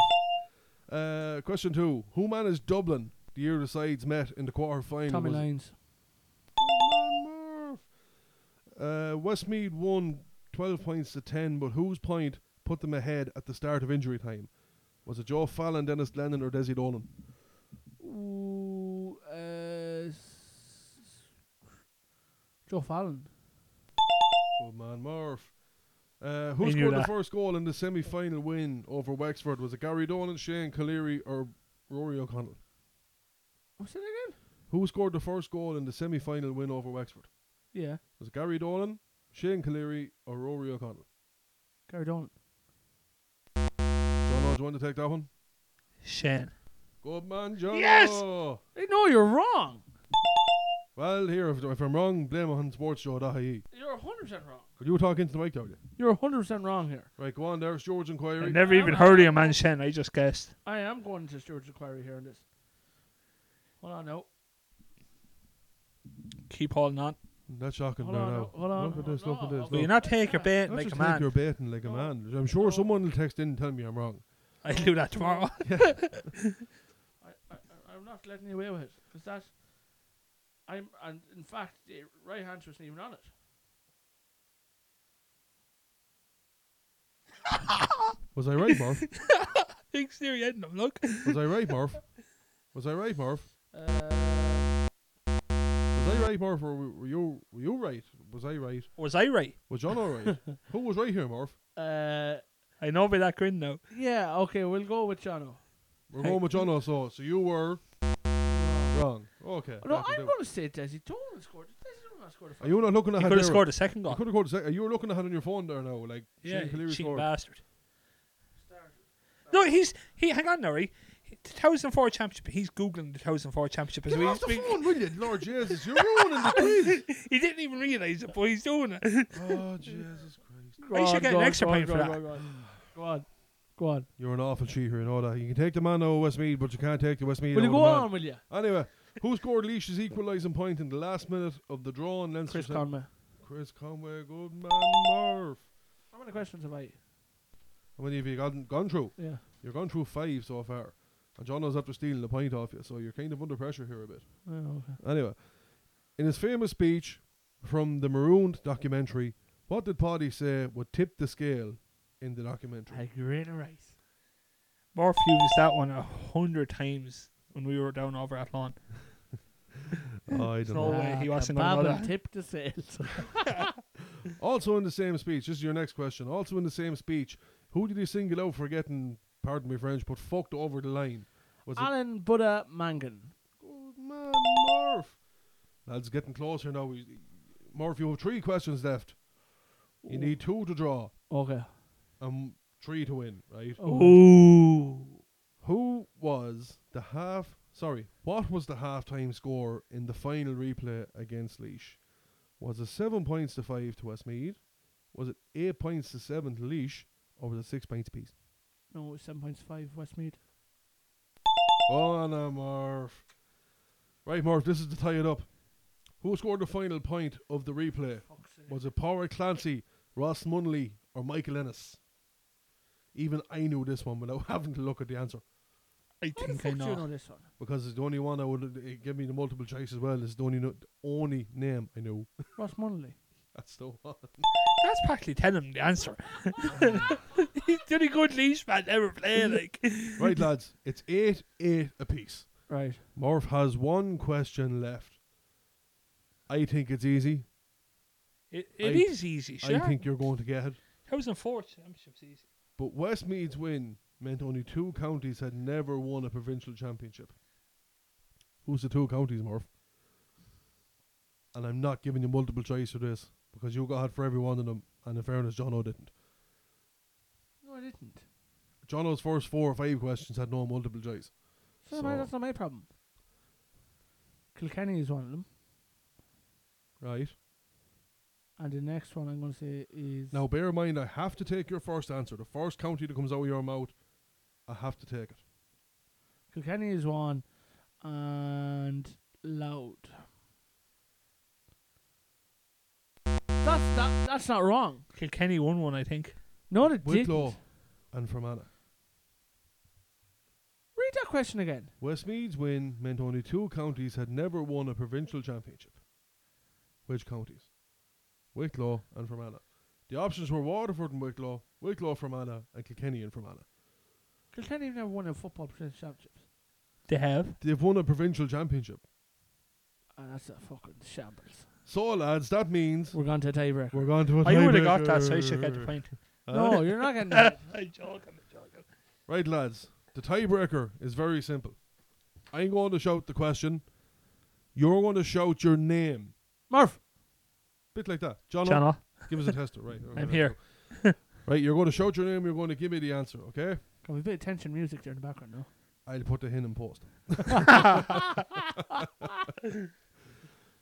S4: Uh, question two: Who managed Dublin the year the sides met in the quarter final?
S3: Tommy Lyons.
S4: Uh, Westmead won twelve points to ten, but whose point put them ahead at the start of injury time? Was it Joe Fallon, Dennis Lennon, or Desi Dolan?
S3: Ooh, uh, s- Joe Fallon.
S4: Good man, Murph. Uh,
S5: I
S4: who
S5: knew
S4: scored the
S5: that.
S4: first goal in the semi final win over Wexford? Was it Gary Dolan, Shane Colery, or Rory O'Connell?
S3: What's it again?
S4: Who scored the first goal in the semi final win over Wexford?
S3: Yeah,
S4: Was it Gary Dolan, Shane Colery, or Rory O'Connell?
S3: Gary Dolan.
S4: John, do you want to take that one?
S5: Shane.
S4: Good man, John.
S5: Yes!
S3: Hey, No, you're wrong.
S4: Well, here, if, if I'm wrong, blame it on sportshow.ie.
S3: You're 100% wrong.
S4: Could you talk into the mic, there, you?
S3: You're 100% wrong here.
S4: Right, go on there. It's George
S5: I
S4: Inquiry.
S5: never even heard of your man Shane. I just guessed.
S3: I am going to Stewart's Inquiry here on this. Hold on now.
S5: Keep holding on.
S4: That's shocking
S3: Hold
S4: there
S3: on,
S4: now.
S3: hold on,
S4: Look at this,
S3: hold
S4: look at
S3: on.
S4: this.
S5: Will
S4: look.
S5: you not take your bait
S4: Not
S5: like a
S4: just think
S5: man?
S4: you're baiting like a
S3: No.
S4: man. I'm sure someone will text in and tell me I'm wrong.
S5: <laughs> I'll do that tomorrow. <laughs>
S3: I, I, I- I'm not letting you away with it. Because that. I'm, and in fact, the right answer isn't even on it.
S4: Was I right, Murph?
S5: Big Siri ending them, look.
S4: Was I right, Murph? Was I right, Murph?
S3: Uh,
S4: Was I right, Murph? Or were were you were you right? Was I right?
S5: Was I right?
S4: Was John all right? Who was right here, Murph?
S3: uh,
S5: I know by that grin now.
S3: yeah, okay, we'll go with Jono.
S4: We're
S5: Hey.
S4: going with John also. So you were wrong. Okay.
S3: No,
S4: that will
S3: I'm
S4: do.
S3: going to say Desi Dolan scored. it. Desi Dolan scored a
S4: Are you not looking at?
S5: He
S4: how
S5: could have
S4: they were-
S5: scored a second
S4: You
S5: goal.
S4: could have scored a second. You were looking at it on your phone there now, like
S5: Yeah,
S4: Shane Cleary
S5: cheap
S4: scored.
S5: bastard. No, he's he. Hang on, Norrie. He- The 2004 championship. He's googling the 2004 championship as
S4: Get
S5: we
S4: off the
S5: speak.
S4: phone, will you? Lord Jesus, you're
S3: <laughs>
S4: ruining the quiz.
S5: He didn't even realise it, but he's
S4: <laughs>
S5: doing it.
S4: Oh Jesus Christ!
S5: I should get an extra point for that.
S3: Go on. Go on. Go on.
S4: You're an awful cheater and all that. You can take the man out of Westmead, but you can't take the Westmead.
S3: Will you
S4: out of
S3: go
S4: the man.
S3: on, will you?
S4: Anyway, who scored Leash's equalising point in the last minute of the draw on Leinster?
S3: Chris
S4: semi-
S3: Conway.
S4: Chris Conway, good man, Murph.
S3: How many questions have I?
S4: How many have you gone, gone through?
S3: Yeah.
S4: You've gone through five so far. And Jono's after stealing the point off you, so you're kind of under pressure here a bit.
S3: Oh, okay.
S4: Anyway, in his famous speech from the Marooned documentary, what did Paddy say would tip the scale in the documentary?
S3: A grain of rice.
S5: Morph used that one a hundred times when we were down over at lawn.
S4: I
S5: There's
S4: don't
S5: no
S4: know.
S5: way he wasn't going to know
S3: Babin
S5: that.
S3: tipped the sales.
S4: Also in the same speech, this is your next question. Also in the same speech, who did he single out for getting, pardon me French, but fucked over the line? Was it
S3: Alan Buddha Mangan.
S4: Good man, Murph? Lads, getting closer now. He- Murph, you have three questions left. You need two to draw
S3: Okay.
S4: and three to win, right?
S5: Oh. Ooh.
S4: Who was the half? Sorry, what was the halftime score in the final replay against Leash? Was it seven points to five to Westmead? Was it eight points to seven to Leash, or was it six points apiece?
S3: No, seven points five Westmead.
S4: Oh no, Marv. Right, Marv. This is to tie it up. Who scored the final point of the replay? Was it Power Clancy, Ross Munley, or Michael Ennis? Even I <laughs> knew this one without having to look at the answer.
S5: I
S3: How the
S5: think I
S3: fuck do you
S5: know.
S3: know this one?
S4: because it's the only one I would it give me the multiple choice as well. It's the only no, the only name I know. <laughs>
S3: Ross Munley.
S4: That's the one.
S5: That's practically telling him the answer. <laughs> He's the only good leash man ever
S4: <laughs>
S5: played. Like,
S4: right, lads. It's eight eight apiece.
S3: Right.
S4: Morph has one question left. I think it's easy.
S5: it, it
S4: I-
S5: is easy, sure.
S4: I think you're going to get it.
S5: that was unfortunate. Championship's easy.
S4: But Westmead's win meant only two counties had never won a provincial championship. Who's the two counties, Morph? And I'm not giving you multiple choice for this because you got it for every one of them. And in fairness, John O didn't.
S3: No, I didn't.
S4: Jono's first four or five questions had no multiple choice.
S3: So, am I-
S4: So-
S3: that's not my problem. Kilkenny is one of them,
S4: Right.
S3: and the next one I'm going to say is
S4: Now, bear in mind, I have to take your first answer. The first county that comes out of your mouth, I have to take it.
S3: Kilkenny is one, and Loud. That's that, that's not wrong.
S5: Kilkenny won one, I think.
S3: No, it
S4: Wicklow
S3: didn't.
S4: and Fermanagh.
S3: Read that question again.
S4: Westmead's win meant only two counties had never won a provincial championship. Which counties? Wicklow and Fermanagh. The options were Waterford and Wicklow, Wicklow, Fermanagh, and Kilkenny and Fermanagh.
S3: Kilkenny have never won a football provincial championships.
S5: They have.
S4: They've won a provincial championship.
S3: And Ah, that's a fucking shambles.
S4: So, lads, that means
S3: We're going to a tiebreaker.
S4: we're going to a
S5: I would have got that, so I
S4: tiebreaker.
S5: should get the point.
S3: <laughs> no, you're not getting <laughs> that.
S5: <laughs> I'm joking, I'm joking.
S4: Right, lads. The tiebreaker is very simple. I'm going to shout the question. You're going to shout your name.
S3: Murph.
S4: Bit like that. John,
S5: Channel.
S4: give us a tester.
S5: <laughs>
S4: Right.
S5: I'm
S4: okay.
S5: here.
S4: Right, you're going to shout your name. You're going to give me the answer, okay?
S3: Can we pay attention music there in the background now?
S4: I'll put the hint in
S5: <laughs>
S4: post. <laughs>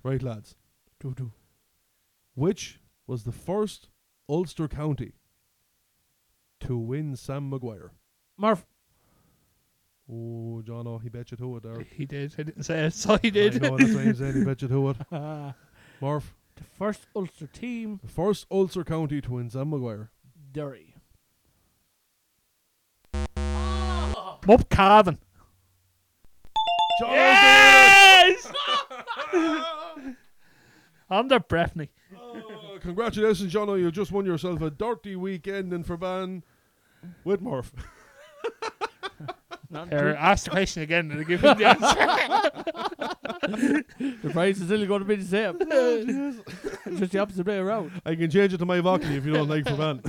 S4: right, lads.
S3: Do do.
S4: Which was the first Ulster county to win Sam Maguire?
S3: Murph.
S4: Oh, John, oh, he bet you to it there.
S5: He did. I didn't say it, <laughs> so he did.
S4: I know, that's what I'm saying. He bet you to it.
S3: Ah,
S4: Marv,
S3: the first Ulster team,
S4: the first Ulster county to win Sam Maguire.
S3: Derry.
S5: Bob Carvin.
S4: John
S5: Yes! <laughs> I'm the Breffney.
S4: O'Donnell, Congratulations, John. You just won yourself a dirty weekend in Verban with Murph.
S3: Not
S5: Here, ask the question again and I'll give him the
S4: <laughs>
S5: answer.
S3: The price is still going to be the same. <laughs> Just the opposite way around.
S4: I can change it to my Vocky if you don't like Verban.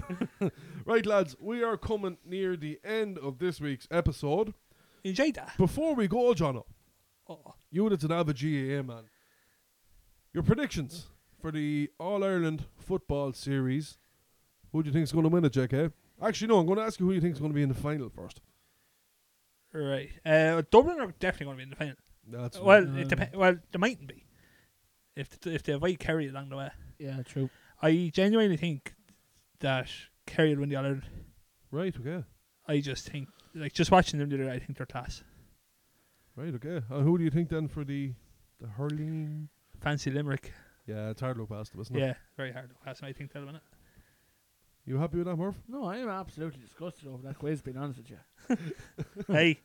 S4: <laughs> right, lads, we are coming near the end of this week's episode.
S5: Enjoy that.
S4: Before we go, John,
S5: Oh.
S4: you that's an avid GAA man, your predictions for the All Ireland football series. Who do you think is going to win it, JK? Actually, no, I'm going to ask you who you think is going to be in the final first.
S5: Right. Uh, Dublin are definitely going to be in the final.
S4: That's uh,
S5: Well, it dep- well, they mightn't be. If th- if they avoid Kerry along the way,
S3: Yeah, true.
S5: I genuinely think that Kerry will win the Ireland.
S4: right. Okay,
S5: I just think, like, just watching them the other day, I think they're class.
S4: right. Okay. And who do you think then for the the hurling?
S5: Fancy Limerick.
S4: Yeah, it's hard to look past them, isn't it?
S5: Yeah, very hard to pass. and I think they'll win it.
S4: <laughs> You happy with that, Murph?
S3: No, I am absolutely disgusted over that quiz, being honest with you.
S4: <laughs>
S5: hey,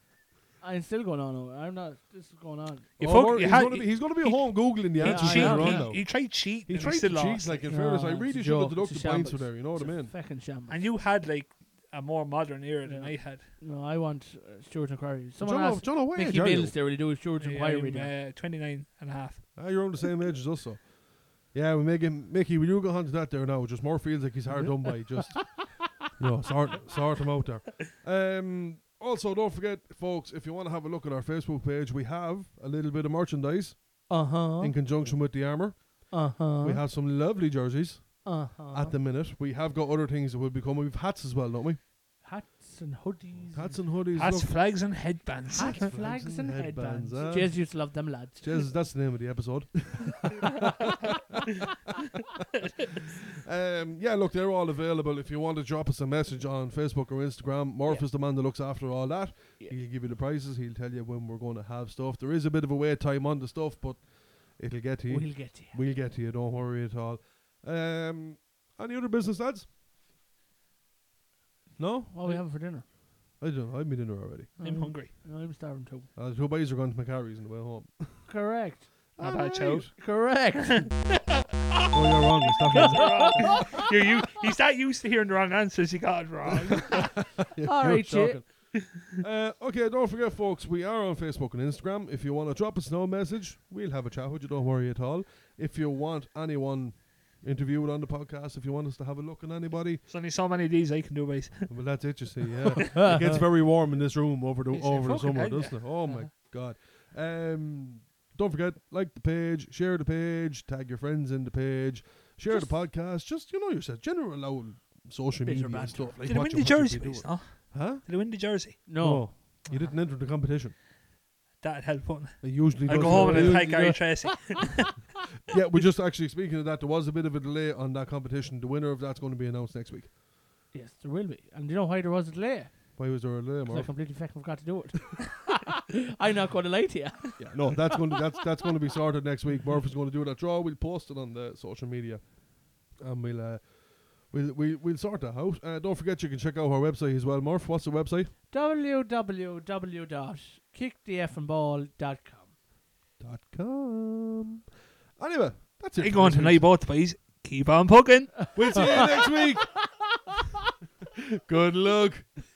S3: I'm still going on over it. I'm not. This is going on.
S5: you
S4: Oh,
S5: fuck-
S4: Murph,
S5: you
S4: he's,
S5: ha-
S4: gonna be, he's gonna be
S5: he-
S4: home googling the
S5: he,
S4: answers
S3: cheat-
S5: cheated-
S4: later
S3: I
S4: on
S5: he-
S4: now.
S5: he tried cheating.
S4: He
S5: and
S4: tried
S5: still
S4: to cheat,
S5: lost.
S4: like in
S3: No,
S4: fairness, I
S3: it's
S4: really
S3: a
S4: should have
S3: joke.
S4: deducted
S3: It's a
S4: points for
S3: shambles.
S4: there. You know what I
S3: It's a
S4: mean?
S3: Fucking shambles.
S5: and you had like a more modern era than
S3: Yeah.
S5: I had.
S3: No, I want uh, Stuart Inquiry. Someone
S4: John,
S3: asked
S4: John O'Way,
S3: Mickey
S4: are you?
S3: Bills. They really do a Stuart
S5: Yeah,
S3: Inquiry.
S5: I'm,
S3: there.
S5: uh, 29 and a half.
S4: Ah, you're on the same age as us, so. Yeah, we make him, Mickey, will you go on to that there now? Just more feels like he's hard done by.
S3: <laughs>
S4: Just, you know, sort, sort him out there. Um, also, don't forget, folks, if you want to have a look at our Facebook page, we have a little bit of merchandise
S3: Uh huh.
S4: in conjunction with the armour.
S3: Uh
S4: We
S3: huh.
S4: have some lovely jerseys
S3: Uh huh.
S4: at the minute. We have got other things that will be coming. We've hats as well, don't we?
S3: hats and hoodies.
S4: Hats and hoodies.
S5: Hats,
S4: look.
S5: flags, and headbands.
S3: Hats,
S4: Hats,
S3: flags,
S4: flags
S3: and
S4: and
S3: headbands.
S4: headbands, eh?
S3: Jez used to love them lads.
S4: Jesus, that's the name of the <laughs> episode. um, yeah, look, they're all available. If you want to drop us a message on Facebook or Instagram, Morph is the man that looks after all that.
S3: Yeah.
S4: He'll give you the prices. He'll tell you when we're going to have stuff. There is a bit of a wait time on the stuff, but it'll get to you.
S3: We'll get to you.
S4: We'll get to you. Don't worry at all. Um, any other business, lads? No,
S3: What are we having for dinner?
S4: I don't. know. I've been in there already.
S5: I'm hungry.
S3: Um, I'm starving too.
S4: Uh, two boys are going to McCarry's on the way home.
S3: Correct.
S5: Not bad, child.
S3: Correct.
S4: <laughs> Oh, you're wrong. It's <laughs> definitely-
S5: You're, you, he's that used to hearing the wrong answers. He got it
S4: <laughs>
S5: wrong.
S3: All
S4: You're
S3: right,
S4: shocking.
S3: Jay.
S4: uh, okay, don't forget, folks, we are on Facebook and Instagram. If you want to drop us no message, we'll have a chat with you. Don't worry at all. If you want anyone interviewed on the podcast, if you want us to have a look at anybody,
S5: There's only so many of these I can do, boys.
S4: well, that's it, you
S3: <laughs>
S4: see. Yeah, it gets very warm in this room over the
S5: Yes,
S4: over the
S5: fucking Uh-huh.
S4: summer,
S5: hell,
S4: doesn't it? Oh my god. Um, don't forget, like the page, share the page, tag your friends in the page, share the podcast. Just you know yourself, general old social
S3: Bit of
S4: media
S3: banter.
S4: and stuff. Like
S5: Did I
S4: what
S5: win
S4: you-
S5: the
S4: what you
S5: jersey,
S4: be doing.
S5: boys? No?
S4: Huh?
S5: Did I win the jersey?
S3: No.
S4: You didn't enter the competition.
S5: That'd help, wouldn't
S4: It usually
S5: it? I'll
S4: does
S5: go home and
S4: it.
S5: I'll
S4: <laughs>
S5: take Gary Tracy.
S4: Yeah, we just actually speaking of that, there was a bit of a delay on that competition. The winner of that's going to be announced next week.
S3: Yes, there will be. And do you know why there was a delay?
S4: Why was there a delay,
S3: 'Cause I
S4: Marv?
S3: completely fucking forgot to do it. <laughs> I'm not going to lie to you.
S4: Yeah, no, that's going to that's that's going to be sorted next week. Murph is going to do that draw. We'll post it on the social media, and we'll uh, we'll, we'll we'll sort that out. Uh, don't forget, you can check out our website as well, Murph. What's the website?
S3: www.kickthefandball.com.
S4: dot com. Anyway, that's it.
S5: Big
S4: for
S5: one
S4: this
S5: tonight,
S4: week's-
S5: both boys. <laughs> Keep on poking.
S4: We'll see you next week. Good luck.